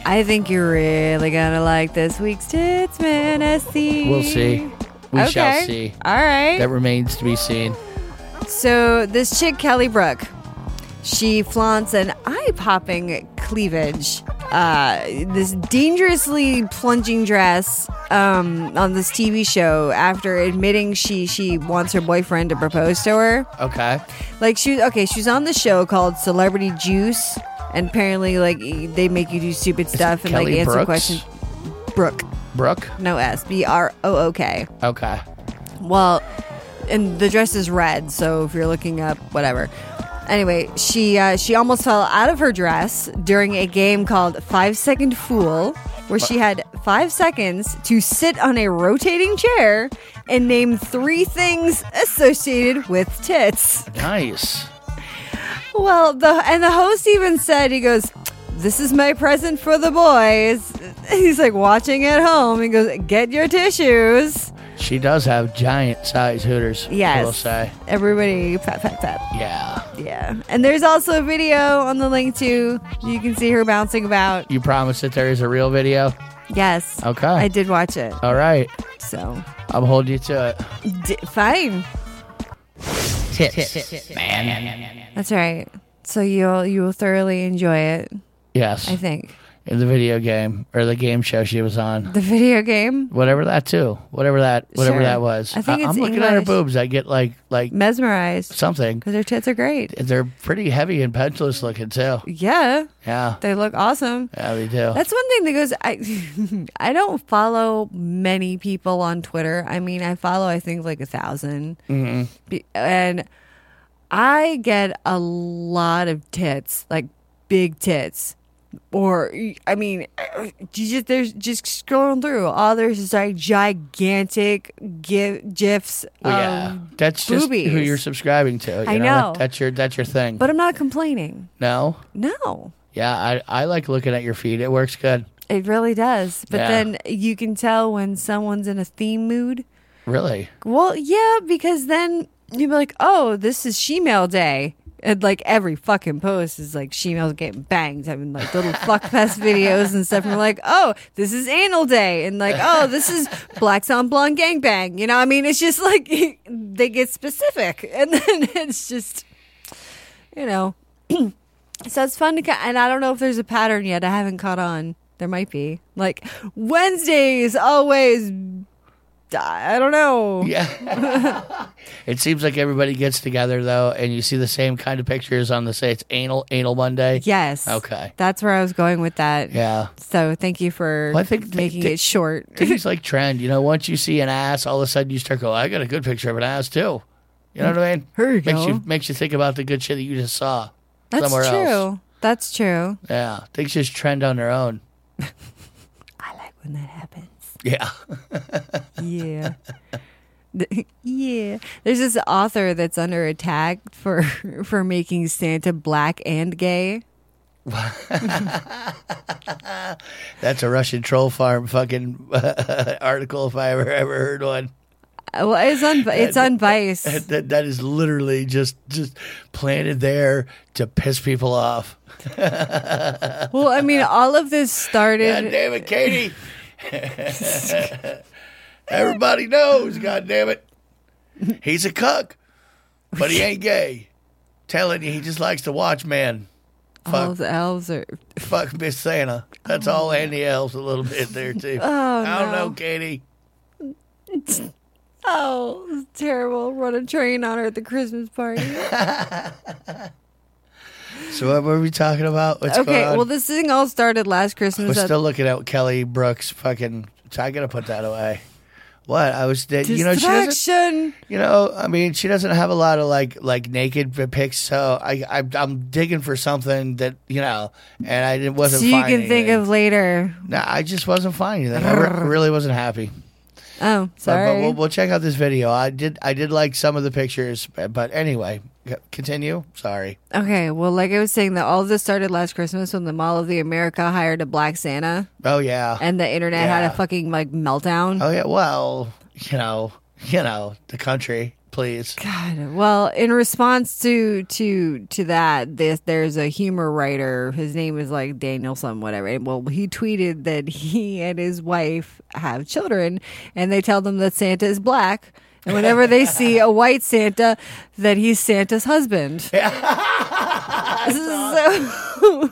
E: I think you're really going to like this week's Tits Fantasy.
F: We'll see. We
E: okay.
F: shall see.
E: All right.
F: That remains to be seen.
E: So this chick Kelly Brook, she flaunts an eye-popping cleavage, uh, this dangerously plunging dress um, on this TV show. After admitting she she wants her boyfriend to propose to her,
F: Okay.
E: like she okay, she's on the show called Celebrity Juice, and apparently like they make you do stupid stuff and
F: Kelly
E: like answer
F: Brooks?
E: questions. Brooke,
F: Brooke.
E: no S, B R O O K.
F: Okay.
E: Well, and the dress is red, so if you're looking up, whatever. Anyway, she uh, she almost fell out of her dress during a game called Five Second Fool, where she had five seconds to sit on a rotating chair and name three things associated with tits.
F: Nice.
E: Well, the and the host even said he goes. This is my present for the boys. *laughs* He's like watching at home. He goes, "Get your tissues."
F: She does have giant size hooters.
E: Yes.
F: We'll say.
E: Everybody, pat, pat, pat.
F: Yeah.
E: Yeah. And there's also a video on the link too. You can see her bouncing about.
F: You promise that there is a real video?
E: Yes.
F: Okay.
E: I did watch it.
F: All right.
E: So,
F: I'm holding you to it.
E: D- fine.
F: Tits.
E: That's all right. So you'll you will thoroughly enjoy it,
F: Yes.
E: I think.
F: In the video game or the game show she was on.
E: The video game
F: Whatever that too. Whatever that whatever
E: Sure.
F: that was.
E: I think it's
F: am looking at her
E: English. Mm.
F: boobs. I get like like
E: mesmerized
F: something.
E: cuz their tits are great.
F: They're pretty heavy and pendulous looking too.
E: Yeah.
F: Yeah.
E: They look awesome.
F: Yeah, they do.
E: *laughs* That's one thing that goes I *laughs* I don't follow many people on Twitter. I mean, I follow I think like a 1000
F: Mm-hmm.
E: Be- and I get a lot of tits, like big tits. Or I mean, uh, you just there's just scrolling through. All there's just like gigantic gi- gifs.
F: Well, yeah.
E: of-
F: that's just who
E: um, boobies.
F: you're subscribing to. You
E: I know.
F: That's your that's your thing.
E: but I'm not complaining.
F: no.
E: No,
F: Yeah, I, I like looking at your feet. It works good.
E: it really does. But
F: Yeah.
E: then you can tell when someone's in a theme mood.
F: Really.
E: Well, yeah, because then you'd be like, oh, this is shemale day. And like every fucking post is like females getting banged. I mean, like little fuck fest videos and stuff. And we're like, oh, this is anal day. And like, oh, this is blacks on blonde gangbang. You know, I mean, it's just like *laughs* they get specific. *laughs* And then it's just, you know. *clears throat* so it's fun to, ca- and I don't know if there's a pattern yet. I haven't caught on. There might be. Like Wednesdays always, I don't know. *laughs*
F: Yeah. it seems like everybody gets together though, and you see the same kind of pictures on the say it's anal anal Monday.
E: Yes.
F: Okay.
E: That's where I was going with that.
F: Yeah.
E: So thank you for
F: Well, I think they-
E: making
F: they-
E: it short.
F: Things like trend, you know. Once you see an ass, all of a sudden you start going, "I got a good picture of an ass too." You know what I mean?
E: There you
F: makes
E: go.
F: you makes you think about the good shit that you just saw
E: That's
F: somewhere
E: true.
F: else.
E: That's true.
F: Yeah, things just trend on their own.
E: When that happens.
F: Yeah. *laughs*
E: Yeah. *laughs* Th- yeah. There's this author that's under attack for *laughs* for making Santa black and gay.
F: That's a Russian troll farm fucking *laughs* article if I ever ever heard one.
E: Uh, Well, it's
F: *laughs*
E: on it's on Vice.
F: That, that, that is literally just just planted there to piss people off.
E: Well, I mean, all of this
F: God
E: started.
F: damn it, Katie! *laughs* Everybody knows. God damn it, he's a cuck, but he ain't gay. Telling you, he just likes to watch man.
E: All
F: Fuck,
E: of the elves are.
F: fuck Miss Santa. That's all Andy Elves a little bit there too.
E: *laughs* Oh
F: I don't
E: no!
F: know, Katie.
E: Oh, it's terrible! Run a train on her at the Christmas party.
F: So what were we talking about? What's
E: okay,
F: going on?
E: well, this thing all started last
F: We're
E: Christmas. at-
F: still looking at Kelly Brooks fucking. So I gotta put that away. What I was, that- you know, she doesn't.
E: Distraction.
F: You know, I mean, she doesn't have a lot of like like naked pics. So I, I I'm digging for something that you know, and I didn't wasn't.
E: so you
F: finding
E: can think of later.
F: of. No, I just wasn't finding anything. I re- really wasn't happy.
E: Oh,
F: But-
E: sorry.
F: But we'll, we'll check out this video. I did I did like some of the pictures, but, but anyway, c- continue. Sorry.
E: okay, well, like I was saying, that all this started last Christmas when the Mall of the America hired a black Santa,
F: Oh yeah.
E: and the internet had
F: Yeah.
E: a fucking like meltdown.
F: oh yeah. Well, you know, you know, the country, please.
E: *laughs* God. Well, in response to to to that, this there's a humor writer. His name is like Daniel some whatever. Well, he tweeted that he and his wife have children, and they tell them that Santa is black. And whenever
F: *laughs*
E: they see a white Santa, that he's Santa's
F: *laughs*
E: husband. *laughs* So-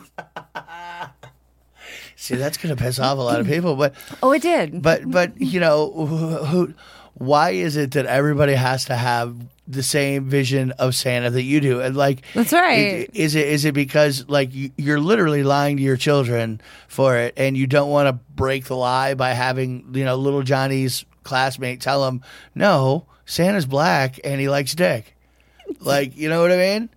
F: See, that's going to piss off a lot of people, but
E: oh, it did.
F: but but you know, who, who, why is it that everybody has to have the same vision of Santa that you do? And like,
E: That's right.
F: i- Is it is it because like you, you're literally lying to your children for it, and you don't want to break the lie by having you know little Johnny's classmate tell him no, Santa's black and he likes dick. Like, you know what I mean?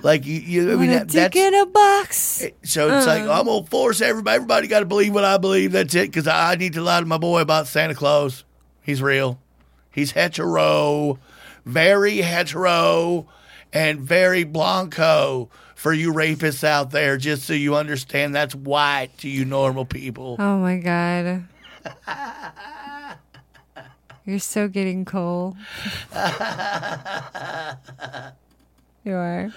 F: Like you, you I mean,
E: Put a
F: that,
E: dick
F: that's
E: in a box.
F: so it's like
E: Uh-huh.
F: I'm gonna force everybody. Everybody got to believe what I believe. That's it. Because I I need to lie to my boy about Santa Claus. He's real. He's hetero, very hetero, and very blanco for you rapists out there. Just so you understand, that's white to you normal people.
E: Oh my god. You're so getting coal. you are.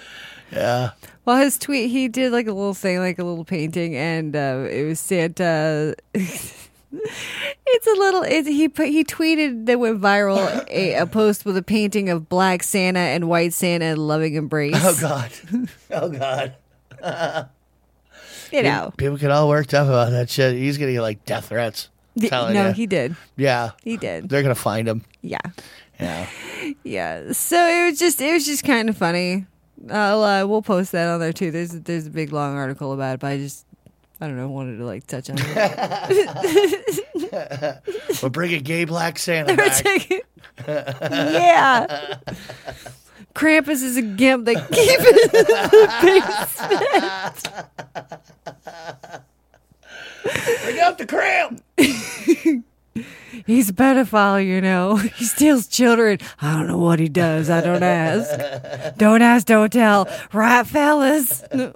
F: Yeah.
E: Well, his tweet, he did like a little thing, like a little painting, and uh, it was Santa. *laughs* it's a little. It, he put he tweeted that went viral a, a post with a painting of black Santa and white Santa in loving embrace.
F: Oh
E: *laughs*
F: God. Oh God.
E: you know,
F: People get all worked up about that shit. He's gonna get like death threats. I'm telling
E: no,
F: ya.
E: he did.
F: Yeah.
E: He did.
F: They're gonna find him.
E: Yeah.
F: Yeah.
E: Yeah. So it was just it was just kind of funny. I'll, uh, we'll post that on there too. There's there's a big long article about it, but I just I don't know wanted to like touch on it.
F: We'll bring a gay black Santa *laughs* back.
E: yeah. Krampus is a gimp. They keep it in the basement.
F: Bring out the cramp.
E: He's a pedophile, you know. *laughs* He steals children. I don't know what he does. I don't ask. Don't ask, don't tell. Right, fellas? *laughs* No.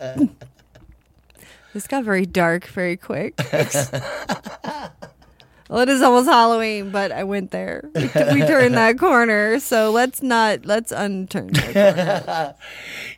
F: *laughs*
E: This got very dark very quick. Well, it is almost Halloween, but I went there. We, t- we turned that corner, so let's not let's unturn. That corner.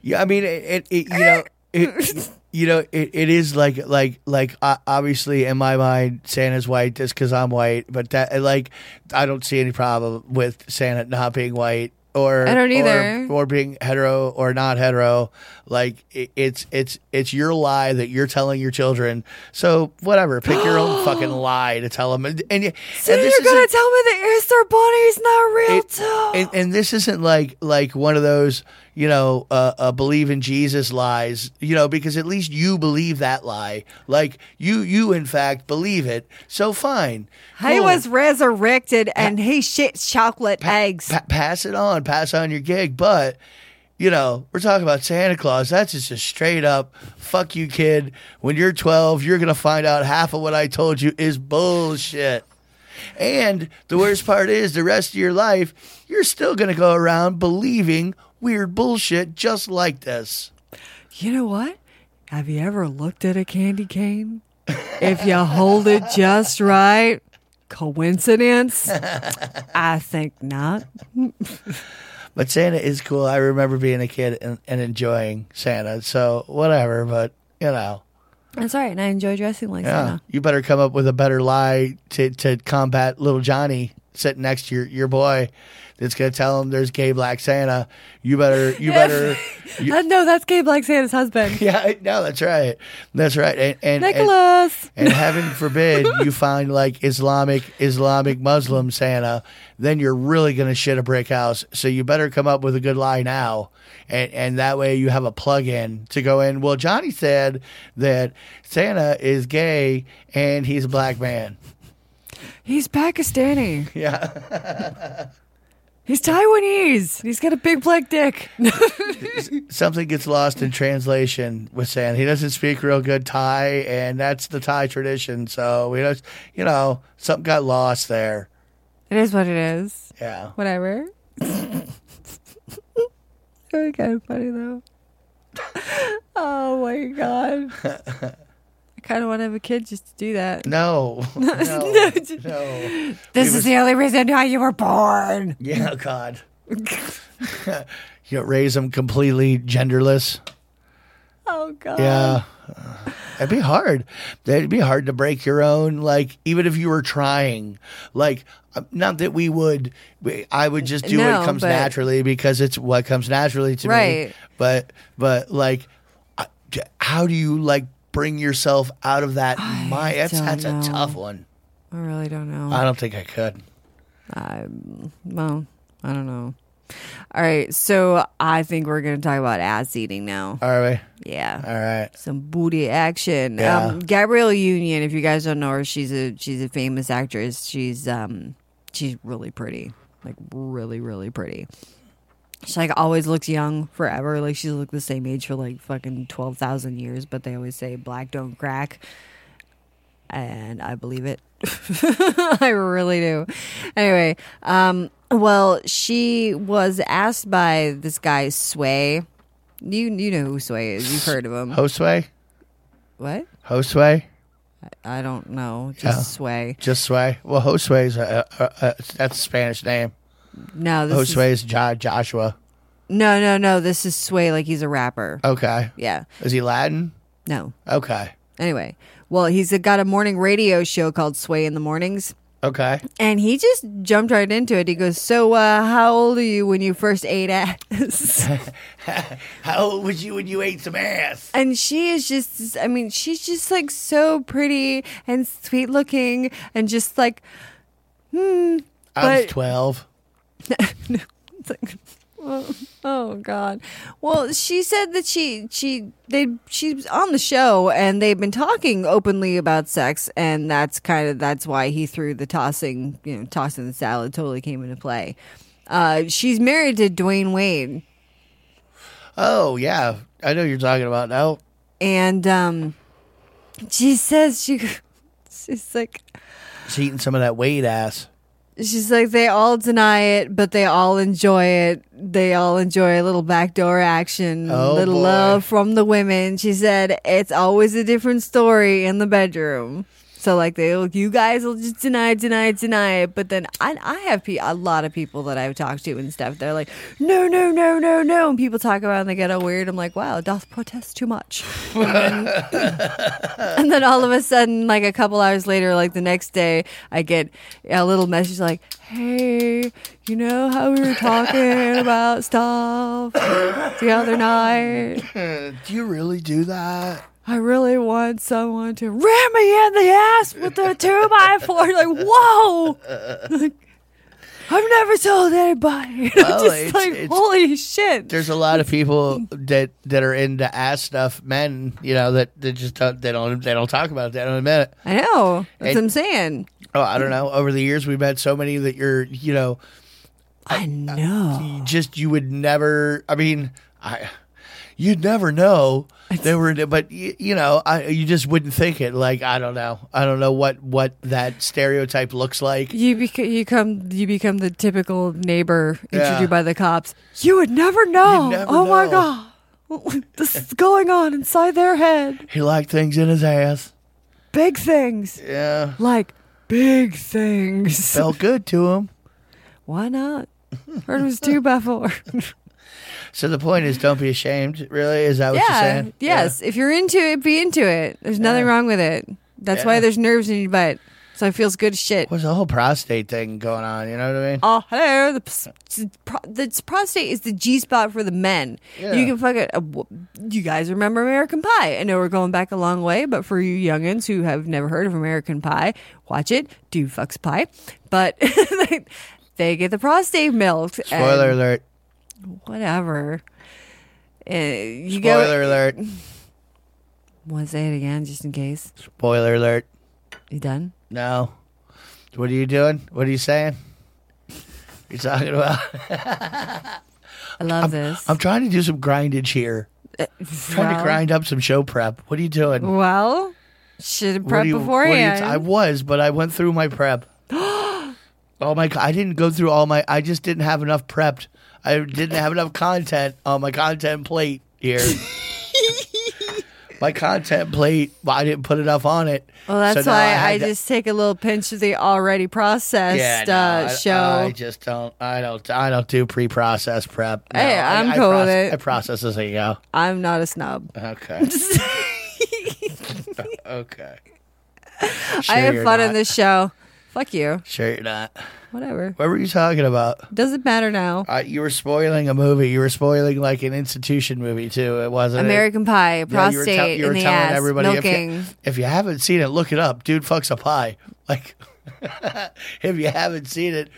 F: Yeah, I mean, it, it, it you know, it, you know, it, it is like like like uh, obviously in my mind, Santa's white just because I'm white, but that like I don't see any problem with Santa not being white or
E: I don't
F: or-
E: either.
F: or, being hetero or not hetero. Like it, it's it's it's your lie that you're telling your children. So whatever, pick your
E: *gasps*
F: own fucking lie to tell them. And, and, and
E: So you're
F: this isn't-
E: gonna tell me the Easter Bunny's not real
F: it-
E: too?
F: and, and this isn't like like one of those you know uh, uh, believe in Jesus lies you know because at least you believe that lie like you you in fact believe it so fine
E: He
F: Cool.
E: was resurrected, and he shits chocolate eggs.
F: Pa- pass it on pass on your gig but you know we're talking about Santa Claus that's just a straight up fuck you kid when you're 12 you're gonna find out half of what I told you is bullshit. And the worst part is, the rest of your life, you're still going to go around believing weird bullshit just like this.
E: You know what? Have you ever looked at a candy cane? if you hold it just right, coincidence? I think not.
F: But Santa is cool. I remember being a kid and, and enjoying Santa. So whatever, but you know,
E: That's all right, and I enjoy dressing like
F: yeah,
E: Santa.
F: you better come up with a better lie to, to combat little Johnny sitting next to your, your boy that's going to tell him there's gay black Santa. You better, you better. you-
E: *laughs* Uh, no, that's Gay Black Santa's
F: *laughs*
E: husband,
F: yeah, I- no, that's right. That's right. And, and, and-
E: Nicholas.
F: and heaven forbid you find like Islamic Islamic Muslim Santa, then you're really gonna shit a brick house. So you better come up with a good lie now, and and that way you have a plug in to go in. Well, Johnny said that Santa is gay and he's a black man.
E: He's Pakistani.
F: Yeah,
E: He's Taiwanese. He's got a big black dick. *laughs*
F: something gets lost in translation with Santa. He doesn't speak real good Thai, and that's the Thai tradition. So we just, you know, something got lost there.
E: It is what it is.
F: Yeah.
E: *laughs* Whatever. it was kind of funny though. *laughs* Oh my *laughs* god. I kind of want to have a kid just to do that. *laughs*
F: No, no,
E: just-
F: no.
E: This is the only reason why you were born.
F: Yeah, *laughs* oh God. you raise them completely genderless.
E: Oh god.
F: Yeah. That'd be hard. That'd be hard to break your own, like, even if you were trying. Like, uh, not that we would, we- I would just do
E: No,
F: what comes
E: but-
F: naturally because it's what comes naturally to me.
E: Right.
F: But, but like, I- j- how do you, like, bring yourself out of that mind? That's,
E: don't
F: that's
E: know.
F: a tough one.
E: I really don't know.
F: I don't think I could.
E: well, I don't know. All right, so I think we're going to talk about ass eating now.
F: All right.
E: Yeah.
F: All right.
E: some booty action.
F: Yeah.
E: Um, Gabrielle Union, if you guys don't know her, she's a she's a famous actress. She's um she's really pretty, like really really pretty. She like always looks young forever. Like she's looked the same age for like fucking twelve thousand years. But they always say black don't crack, and I believe it. *laughs* I really do. Anyway, um, well, she was asked by this guy Sway. You you know who Sway is? You've heard of him?
F: Hostway?
E: What?
F: Hostway?
E: I don't know. Just sway.
F: Just Sway. Well, Josue is a, a, a, that's a Spanish name.
E: No, this is,
F: Josue is jo- Joshua.
E: no, no, no. This is sway. Like he's a rapper.
F: Okay.
E: Yeah.
F: Is he Latin?
E: No.
F: Okay.
E: Anyway, well, he's got a morning radio show called Sway in the Mornings,
F: Okay.
E: and he just jumped right into it. He goes, "So, uh, how old are you when you first ate ass?"
F: How old was you when you ate some ass?
E: and she is just i mean she's just like so pretty and sweet looking and just like
F: I was
E: But-
F: 12.
E: It's like, oh, *laughs* oh God. Well, she said that she she they she was on the show and they've been talking openly about sex and that's kind of that's why he threw the tossing you know tossing the salad totally came into play. Uh, she's married to Dwayne Wade
F: Oh, yeah. I know you're talking about now.
E: and um, she says she *laughs* she's like
F: She's eating some of that weight ass.
E: She's like, they all deny it, but they all enjoy it. They all enjoy a little backdoor action,
F: Oh,
E: little
F: boy.
E: love from the women. She said, it's always a different story in the bedroom. So like they'll you guys will just deny, deny, deny it. But then I I have pe- a lot of people that I've talked to and stuff. They're like, no, no, no, no, no. And people talk about it and they get all weird. I'm like, wow, doth protest too much. And then, *laughs* and then all of a sudden, like a couple hours later, like the next day, I get a little message like, hey, you know how we were
F: *laughs*
E: talking about stuff the other night?
F: Hmm, do you really do that?
E: I really want someone to ram me in the ass with a two by four. Like, whoa! Like, I've never told anybody. *laughs* I'm
F: Well,
E: just
F: it's-
E: like,
F: it's-
E: holy shit.
F: There's a lot of people that that are into ass stuff, men. You know that that just don't, they don't they don't talk about it. They don't admit it.
E: I know. That's
F: It-
E: what I'm saying.
F: Oh, I don't know. Over the years, we've had so many that you're you know uh,
E: I know.
F: you just you would never. I mean, I you'd never know they were, but you, you know, I you just wouldn't think it. Like I don't know. I don't know what what that stereotype looks like.
E: You, bec- you come you become the typical neighbor interviewed
F: Yeah.
E: by the cops. You would never know.
F: never
E: oh my
F: know.
E: god, *laughs* this is going on inside their head.
F: He liked things in his ass.
E: Big things
F: Yeah,
E: like big things.
F: felt good to him.
E: Why not? Heard it was
F: *laughs*
E: two by four.
F: So the point is, don't be ashamed. Really, is that what
E: *laughs*
F: you're
E: yeah.
F: saying?
E: Yes. If you're into it, be into it. There's nothing wrong with it. That's why
F: Yeah.
E: there's nerves in your butt. So it feels good as shit.
F: What's the whole prostate thing going on? You know what I mean?
E: Oh, hello. The, pos- pro- the prostate is the G spot for the men. You
F: Yeah.
E: can fuck it. uh, w- You guys remember American Pie? I know we're going back a long way, but for you youngins who have never heard of American Pie, watch it. Dude fucks pie, but *laughs* they, they get the prostate milked. and
F: Spoiler alert.
E: Whatever. Uh, you
F: Spoiler
E: go.
F: alert.
E: Want to say it again, just in case.
F: Spoiler alert.
E: You done?
F: No. What are you doing? What are you saying? You're talking about.
E: I love this.
F: I'm trying to do some grindage here. trying to
E: Uh, Well-
F: grind up some show prep. What are you doing? What
E: well, should have prepped
F: do you- what do you-
E: beforehand.
F: I was, but I went through my
E: *gasps*
F: prep. oh my! I didn't go through all my. I just didn't have enough prepped. I didn't have enough content on my content plate
E: *laughs*
F: here. my content plate. I didn't put enough on it.
E: Well, that's
F: So now
E: why I,
F: had to-
E: just take a little pinch of the already processed
F: no,
E: uh,
F: I-
E: show.
F: I just don't. I don't. I don't do pre-processed prep. No,
E: Hey,
F: I-
E: I'm
F: I
E: cool with
F: proce-
E: it.
F: I process as I go.
E: I, am not a snob. *laughs*
F: Okay. *laughs* okay. Sure
E: I have
F: you're
E: fun
F: not.
E: on this show. Fuck you.
F: Sure, you're not.
E: Whatever.
F: What were you talking about?
E: Doesn't matter now.
F: Uh, you were spoiling a movie. You were spoiling like an institution movie too. It wasn't it?
E: American Pie,
F: Uh, Yeah, you were
E: prostate
F: tell- you were
E: in the
F: telling
E: ass,
F: everybody if you-
E: milking.
F: If you, haven't seen it, look it up. Dude fucks a pie. *laughs* Like, if you haven't seen it,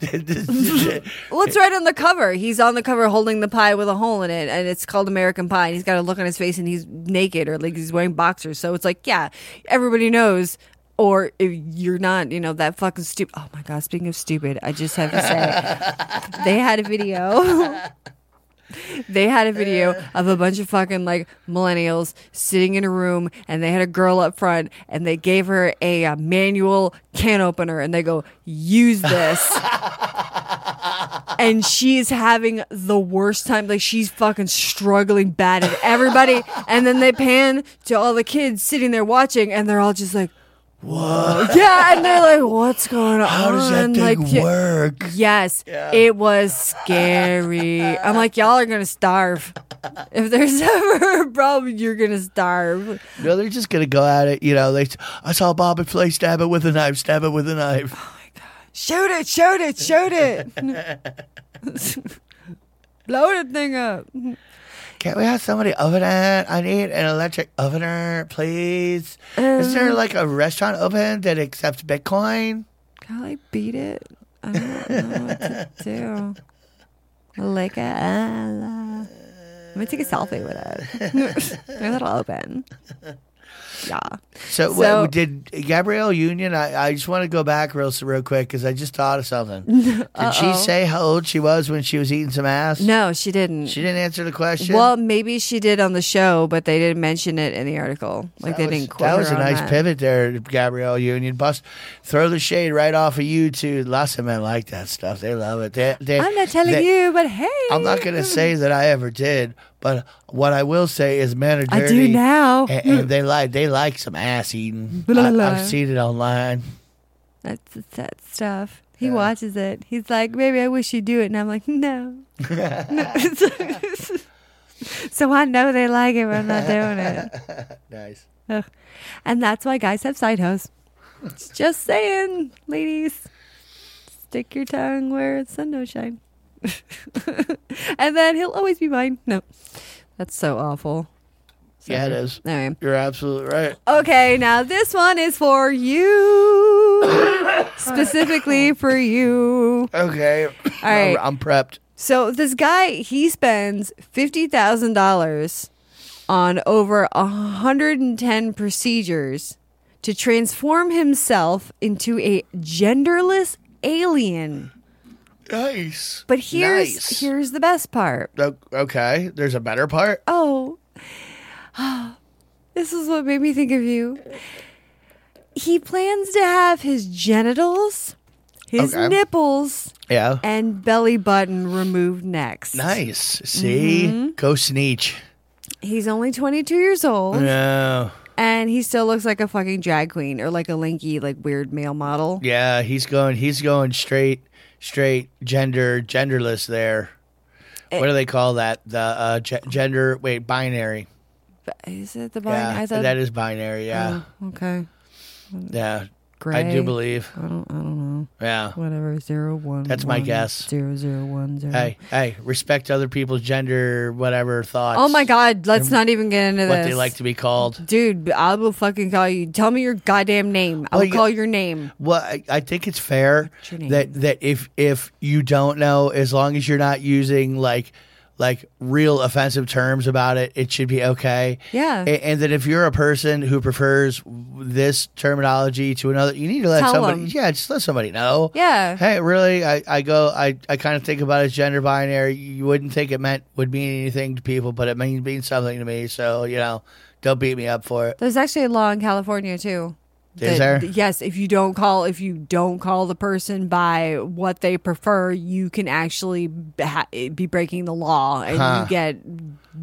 F: *laughs*
E: Well, it's right on the cover. He's on the cover holding the pie with a hole in it, and it's called American Pie. And he's got a look on his face, and he's naked or like he's wearing boxers. So it's like, yeah, everybody knows. Or if you're not, you know, that fucking stupid. Oh my God, speaking of stupid, I just have to
F: *laughs*
E: say, they had a video. they had a video of a bunch of fucking like millennials sitting in a room and they had a girl up front and they gave her a, uh manual can opener and they go use this and she's having the worst time like she's fucking struggling bad at everybody and then they pan to all the kids sitting there watching and they're all just like whoa yeah and they're like what's going on
F: how does that
E: like
F: thing
E: yeah-
F: work?
E: Yes, it was scary. I'm like, y'all are gonna starve. If there's *laughs* ever a problem, you're gonna starve.
F: No, they're just gonna go at it. You know, they. I saw Bob and Flay stab it with a knife. Stab it with a knife.
E: Shoot it! Shoot it! Shoot it! *laughs* Blow that thing up.
F: Can't we have somebody ovener? I need an electric ovener, please. Is
E: Um,
F: there like a restaurant open that accepts Bitcoin?
E: Can I beat it? I don't know what to do. Like a. I'm gonna take a selfie with it. *laughs* Maybe that'll open. Yeah.
F: So,
E: So-
F: what, did Gabrielle Union? I, I just want to go back real real quick because I just thought
E: *laughs*
F: of something. did she say how old she was when she was eating some ass?
E: No, she didn't.
F: she didn't answer the question.
E: Well, maybe she did on the show, but they didn't mention it in the article. Like they
F: That was-
E: didn't quote
F: That was
E: her
F: a
E: on
F: nice
E: that.
F: pivot there, Gabrielle Union. Bust, throw the shade right off of you too. Lots of men like that stuff. They love it. They, they,
E: I'm not telling
F: they-
E: you, but hey, *laughs*
F: I'm not going to say that I ever did, But what I will say is men are
E: I do
F: dirty.
E: now.
F: And, and they like they like some ass eating.
E: La, la,
F: I-
E: la.
F: I've seen it online.
E: *laughs* That's the sad stuff. He watches it. He's like, "Baby, I wish you'd do it," and I'm like,
F: *laughs*
E: "No." *laughs* No. so I know they like it, but I'm not doing it.
F: Nice.
E: Ugh. And that's why guys have side hoes. It's Just saying, ladies, stick your tongue where it's sun don't shine. *laughs* and then he'll always be mine. No, that's so awful.
F: Yeah, it is.
E: All right.
F: You're absolutely right.
E: Okay, now this one is for you. Specifically for you.
F: Okay.
E: right.
F: I'm prepped.
E: So this guy, he spends fifty thousand dollars on over hundred and ten procedures to transform himself into a genderless alien.
F: Nice.
E: But here's
F: Nice.
E: here's the best part.
F: O- Okay. There's a better part.
E: Oh, *sighs* this is what made me think of you. He plans to have his genitals, his
F: Okay.
E: nipples,
F: Yeah.
E: and belly button removed next.
F: Nice. See?
E: Mm-hmm.
F: Go sneech.
E: He's only 22 years old.
F: No.
E: and he still looks like a fucking drag queen or like a lanky, like weird male model.
F: Yeah, he's going he's going straight straight gender genderless there. What do they call that? The uh, ge- gender wait binary.
E: But Is it the
F: Yeah,
E: bottom? I thought
F: that is binary. Yeah,
E: Oh, okay.
F: yeah.
E: Gray.
F: I do believe.
E: I don't. I don't know.
F: Yeah.
E: Whatever. Zero one.
F: That's my
E: one,
F: guess.
E: Zero zero one zero.
F: Hey, hey, respect other people's gender, whatever thoughts.
E: Oh my god! Let's not even get into
F: What
E: this.
F: they like to be called.
E: Dude, I will fucking call you. Tell me your goddamn name. I
F: Well,
E: will
F: you-
E: call your name.
F: Well, I, I think it's fair
E: your name?
F: that that if if you don't know, as long as you're not using like like real offensive terms about it, it should be okay.
E: Yeah.
F: A- And, that if you're a person who prefers this terminology to another, you need to let
E: Tell
F: somebody.
E: 'em.
F: Yeah, just let somebody know.
E: Yeah.
F: Hey, really? I, I go. I, I kind of think about it as gender binary. You wouldn't think it meant would mean anything to people, but it means means something to me. So you know, don't beat me up for it.
E: There's actually a law in California too.
F: Is
E: that-
F: there?
E: Yes, if you don't call if you don't call the person by what they prefer, you can actually be, ha- eh, be breaking the law, and you get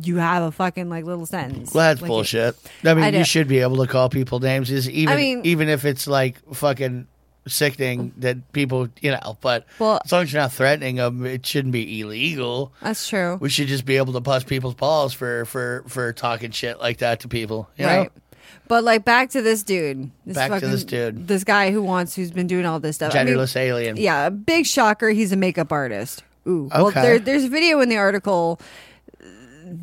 E: you have a fucking like little sentence.
F: Well, that's
E: Like,
F: bullshit. I mean,
E: I
F: you
E: do-
F: should be able to call people names, is even
E: mean-
F: even if it's like fucking sickening that people, you know. But
E: Well-
F: as long as you're not threatening them, it shouldn't be illegal.
E: That's true.
F: We should just be able to bust people's balls for for for talking shit like that to people. You
E: right.
F: Know?
E: But like back to this dude. This
F: Back to this dude.
E: This guy who wants who's been doing all this stuff. I mean,
F: Genderless alien.
E: Yeah, a big shocker. He's a makeup artist. Ooh. Well,
F: Okay.
E: there, there's a video in the article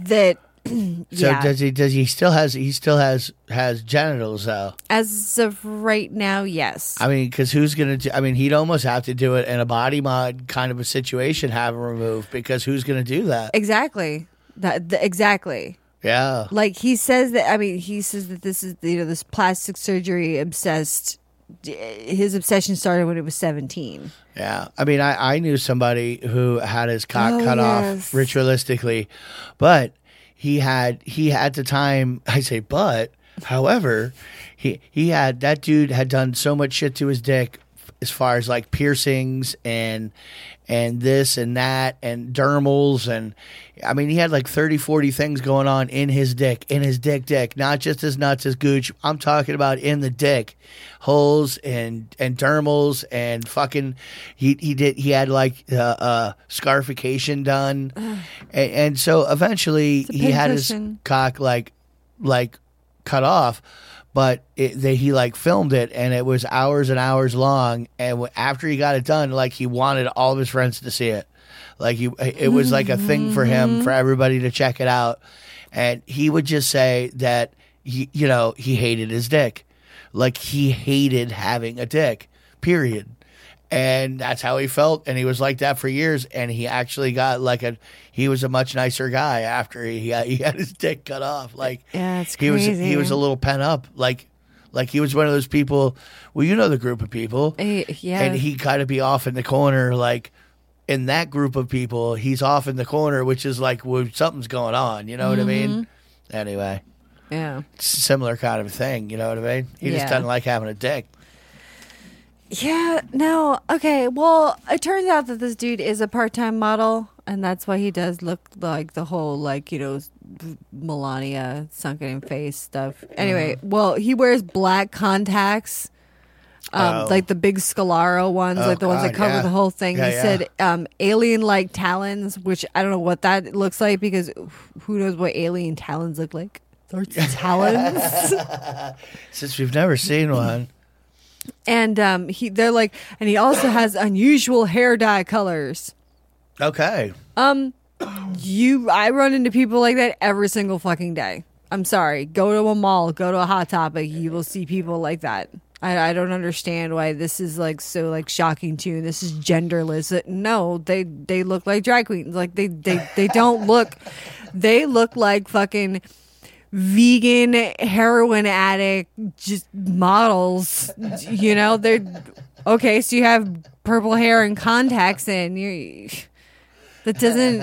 E: that.
F: So
E: yeah.
F: does he? Does he still has? He still has has genitals though.
E: As of right now, yes.
F: I mean, because who's gonna? Do, I mean, he'd almost have to do it in a body mod kind of a situation, have him removed because who's gonna do that?
E: exactly. That the, exactly.
F: Yeah.
E: Like he says that. I mean, he says that this is you know this plastic surgery obsessed. His obsession started when it was seventeen.
F: Yeah. I mean, I, I knew somebody who had his cock
E: Oh,
F: cut
E: yes.
F: off ritualistically, but he had, he at the time, *laughs* I say, but, however, he, he had, that dude had done so much shit to his dick as far as like piercings and, and this and that and dermals and i mean he had like 30 40 things going on in his dick in his dick dick not just his nuts his gooch i'm talking about in the dick holes and and dermals and fucking he he did he had like uh, uh
E: *sighs*
F: scarification done and, and so eventually
E: a
F: he had his
E: pincushion.
F: cock like like cut off but it, they, he like filmed it and it was hours and hours long and w- after he got it done like he wanted all of his friends to see it like he it was like a thing for him
E: Mm-hmm.
F: for everybody to check it out and he would just say that he, you know he hated his dick like he hated having a dick period and that's how he felt and he was like that for years and he actually got like a he was a much nicer guy after he got, he had his dick cut off like
E: Yeah, it's
F: he was he
E: crazy.
F: was a little pent up like like he was one of those people well you know the group of people
E: Eh, yeah.
F: and he kind of be off in the corner like in that group of people he's off in the corner which is like well, something's going on you know what i
E: Mm-hmm.
F: mean anyway
E: Yeah.
F: it's a similar kind of thing you know what i mean he just
E: Yeah.
F: doesn't like having a dick
E: Yeah, no. Okay. Well, it turns out that this dude is a part time model and that's why he does look like the whole like you know Melania sunken in face stuff. Anyway, well he wears black contacts. Um,
F: Oh.
E: Like the big Scalaro ones,
F: Oh,
E: like the ones that
F: God,
E: cover
F: yeah.
E: the whole thing.
F: Yeah,
E: he
F: yeah.
E: said um, alien like talons, which I don't know what that looks like because who knows what alien talons look like. They're
F: *laughs*
E: talons.
F: Since we've never
E: *laughs*
F: seen one.
E: and um, he they're like and he also has unusual hair dye colors.
F: Okay.
E: Um, you, I run into people like that every single fucking day. I'm sorry. Go to a mall, go to a Hot Topic, you will see people like that. I, I don't understand why this is like so like shocking to you. This is genderless. Uh, No, they they look like drag queens. Like they they they don't look. They look like fucking vegan heroin addict just models you know they're okay so you have purple hair and contacts and you that doesn't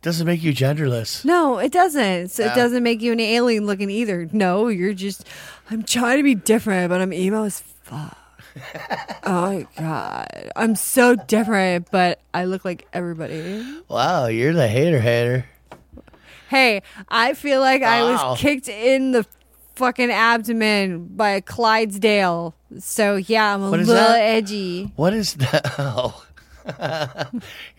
F: Doesn't make you genderless.
E: no it doesn't so it
F: No.
E: doesn't make you an alien looking either no you're just i'm trying to be different but i'm emo as
F: *laughs*
E: fuck oh my god i'm so different but i look like everybody
F: Wow, you're the hater hater.
E: Hey, I feel like I
F: Wow.
E: was kicked in the fucking abdomen by a Clydesdale. So yeah, I'm a
F: What is
E: little
F: that?
E: edgy.
F: What is *laughs* that? Oh. you're a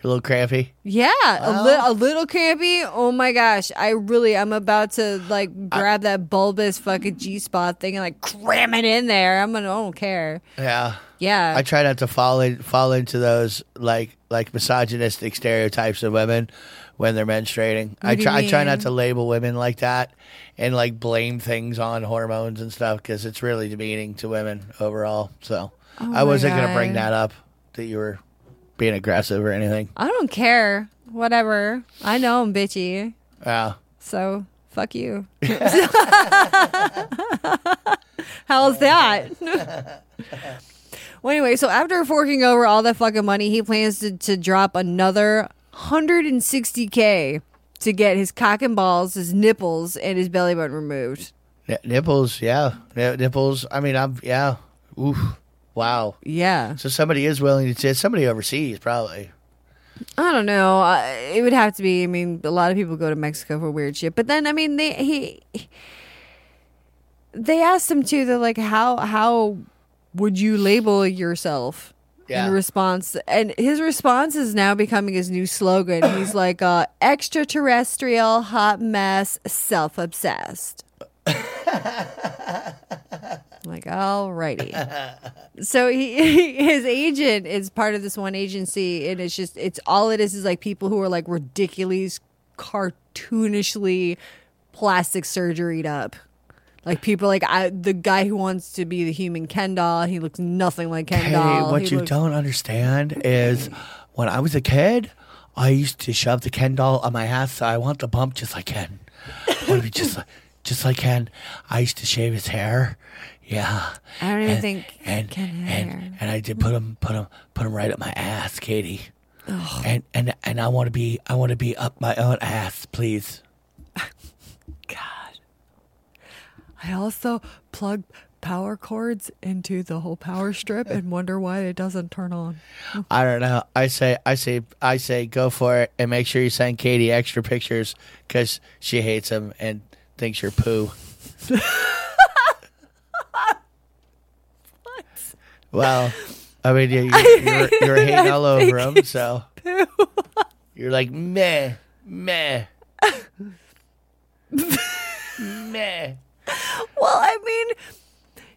F: little crampy.
E: Yeah, a, li- a little campy. Oh my gosh, I really I'm about to like grab that bulbous fucking G spot thing and like cram it in there. I'm gonna I don't care.
F: Yeah.
E: Yeah,
F: I try not to fall in, fall into those like like misogynistic stereotypes of women when they're menstruating. I
E: do you
F: try I try
E: mean?
F: not to label women like that and like blame things on hormones and stuff because it's really demeaning to women overall. So
E: Oh my
F: I wasn't gonna bring
E: God.
F: that up that you were being aggressive or anything.
E: I don't care. Whatever. I know I'm bitchy.
F: Yeah.
E: So fuck you. *laughs* How's that? *laughs* well, anyway, so after forking over all that fucking money, he plans to, to drop another 160K to get his cock and balls, his nipples, and his belly button removed.
F: N- nipples, yeah. N- nipples. I mean, I'm yeah. Oof. Wow.
E: Yeah.
F: So somebody is willing to somebody overseas probably.
E: I don't know. Uh, it would have to be. I mean, a lot of people go to Mexico for weird shit, but then I mean, they he they asked him too. They're like, how how would you label yourself
F: Yeah.
E: in response? And his response is now becoming his new slogan.
F: *coughs*
E: He's like, uh, extraterrestrial, hot mess, self obsessed. like, alrighty so he *laughs* his agent is part of this one agency and it's just it's all it is is like people who are like ridiculously cartoonishly plastic surgeried up like people like I, the guy who wants to be the human Ken doll, he looks nothing like Ken
F: Hey,
E: doll.
F: what
E: He
F: you
E: looks-
F: don't understand is when I was a kid, I used to shove the Ken doll on my ass. So I want the bump just
E: *laughs*
F: like Ken. I want to be just like, just like Ken. I used to shave his hair. Yeah.
E: I don't even think
F: and,
E: Ken had
F: and,
E: hair.
F: and I did put him put him put him right up my ass, Katie. And and and I want to be I want to be up my own ass, please.
E: I also plug power cords into the whole power strip *laughs* and wonder why it doesn't turn on.
F: I don't know. I say, I say, I say, go for it, and make sure you send Katie extra pictures because she hates him and thinks you're poo. Well, I mean, you, you, you're, you're hating all over him, so you're like meh, meh, meh.
E: Well, I mean,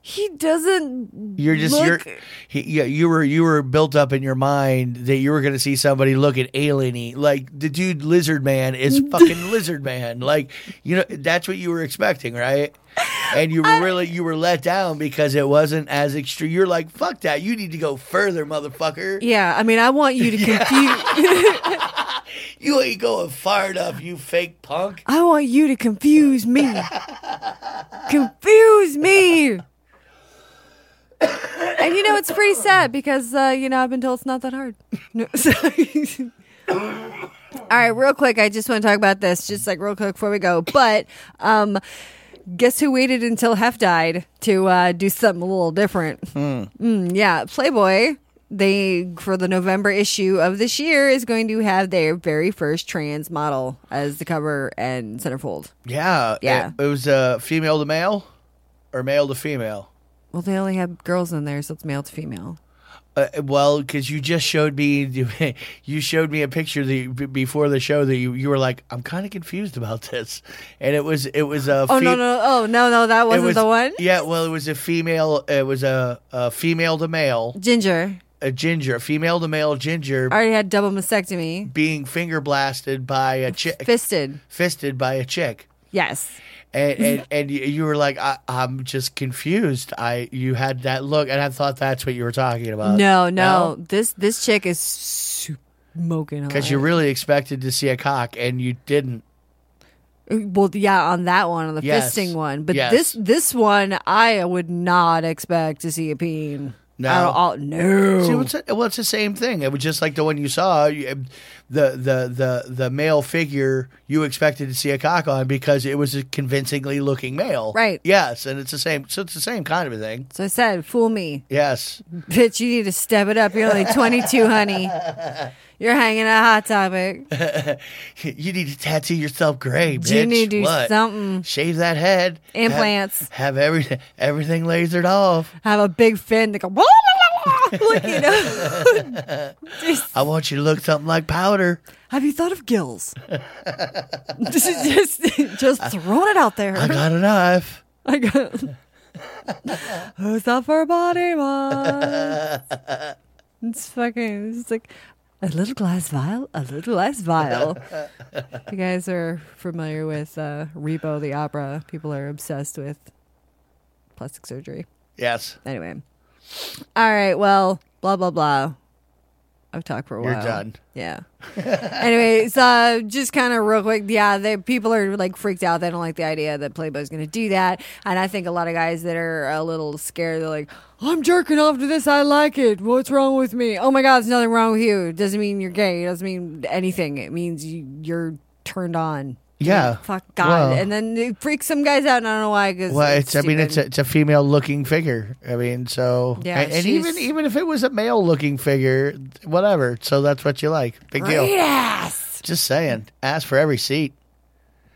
E: he doesn't.
F: You're just
E: look-
F: you're he, yeah, you were you were built up in your mind that you were going to see somebody looking alieny like the dude lizard man
E: *laughs*
F: is fucking lizard man like you know that's what you were expecting right and you were really you were let down because it wasn't as extreme you're like fuck that you need to go further motherfucker
E: Yeah, I mean, I want *laughs* you to confuse.
F: you ain't going far enough you fake punk
E: I want you to confuse me. confuse me. And you know, it's pretty sad because, uh, you know, I've been told it's not that hard. No, *laughs* sorry. All right, real quick, I just want to talk about this, just like real quick before we go. But um, guess who waited until Hef died to uh, do something a little different? Mm, yeah, Playboy. they for the November issue of this year is going to have their very first trans model as the cover and centerfold.
F: Yeah.
E: Yeah.
F: It, it was uh, female to male or male to female.
E: Well, they only have girls in there, so it's male to female.
F: Uh, well, because you just showed me, *laughs* you showed me a picture the, b- before the show that you, you were like, I'm kind of confused about this, and it was it was a
E: Oh
F: fe-
E: no no oh no no that
F: it
E: wasn't
F: was-
E: the one.
F: Yeah, well, it was a female. It was a, a female to male,
E: Ginger
F: a ginger, a female to male ginger
E: already had double mastectomy.
F: being finger blasted by a chick,
E: Fisted.
F: fisted by a chick.
E: Yes.
F: and
E: *laughs*
F: and, and you- you were like, I, I'm just confused. I you had that look, and I thought that's what you were talking about.
E: no, no This this chick is smoking hot.
F: because you really expected to see a cock, and you didn't.
E: Well, yeah, on that one, on the
F: Yes.
E: fisting one, but
F: Yes.
E: this this one, I would not expect to see a peen.
F: No.
E: at all. no.
F: See, what's it, well, it's the same thing. It was just like the one you saw, you- the the the the male figure you expected to see a cock on because it was a convincingly looking male,
E: Right.
F: Yes, and it's the same. So it's the same kind of a thing.
E: so I said, "Fool me,
F: Yes, *laughs*
E: bitch! You need to step it up. You're only 22, honey. You're hanging a hot topic.
F: you need to tattoo yourself gray, bitch.
E: You need to do
F: What?
E: something.
F: Shave that head. Have-
E: Implants.
F: Have, everything everything lasered off.
E: Have a big fin that go, wah, wah, *laughs* wah, wah," like you know.
F: I want you to look something like powder.
E: Have you thought of gills? *laughs* this is just just throwing it out there.
F: I got a knife.
E: I got. uh, Who's up for body wash? It's fucking. It's like a little glass vial, a little glass vial. you guys are familiar with uh, Rebo the opera. People are obsessed with plastic surgery.
F: Yes.
E: Anyway, all right. Well, blah blah blah. I've talked for a
F: You're
E: while.
F: done.
E: Yeah. anyway, so just kind of real quick, yeah, the people are like freaked out. They don't like the idea that Playboy's going to do that, and I think a lot of guys that are a little scared, they're like, "I'm jerking off to this. I like it. What's wrong with me? Oh my God, there's nothing wrong with you. It doesn't mean you're gay. It doesn't mean anything. It means you, you're turned on."
F: Yeah.
E: Fuck God.
F: Well-
E: and then it freaks some guys out, and I don't know why. Cause
F: Well, it's. I mean, it's a,
E: stupid.
F: it's a female looking figure. I mean, so
E: Yeah,
F: and, and
E: she's-
F: even even if it was a male looking figure, whatever. So that's what you like. Big
E: great
F: deal.
E: ass.
F: Just saying. Ask for every seat.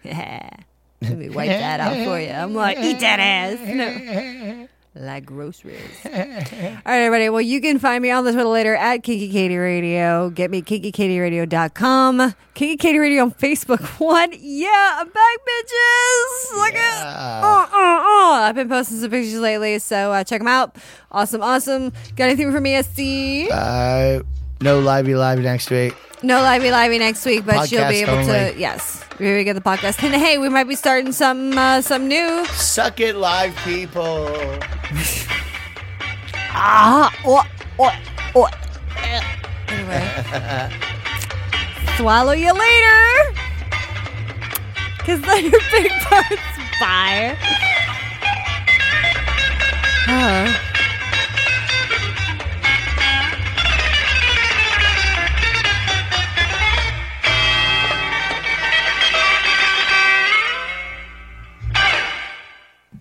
E: Let me wipe that out for you. I'm like, eat that ass. No. Like groceries. All right, everybody. Well, you can find me on the Twitter later at Kinky Katie Radio. Get me kinkykatieradio.com. Kinky Katie Radio on Facebook. *laughs* What? Yeah, I'm back, bitches. Look at. Uh, uh, uh. I've been posting some pictures lately, so uh, check them out. Awesome, awesome. Got anything for me, SC?
F: Uh, no livey live next week.
E: No livey livey next week, but she'll be
F: Podcast
E: able to.
F: only.
E: Yes, we will get the podcast. And hey, we might be starting some uh, some new.
F: Suck it, live people.
E: Ah, Anyway, swallow you later, cause then your big parts bye. Huh.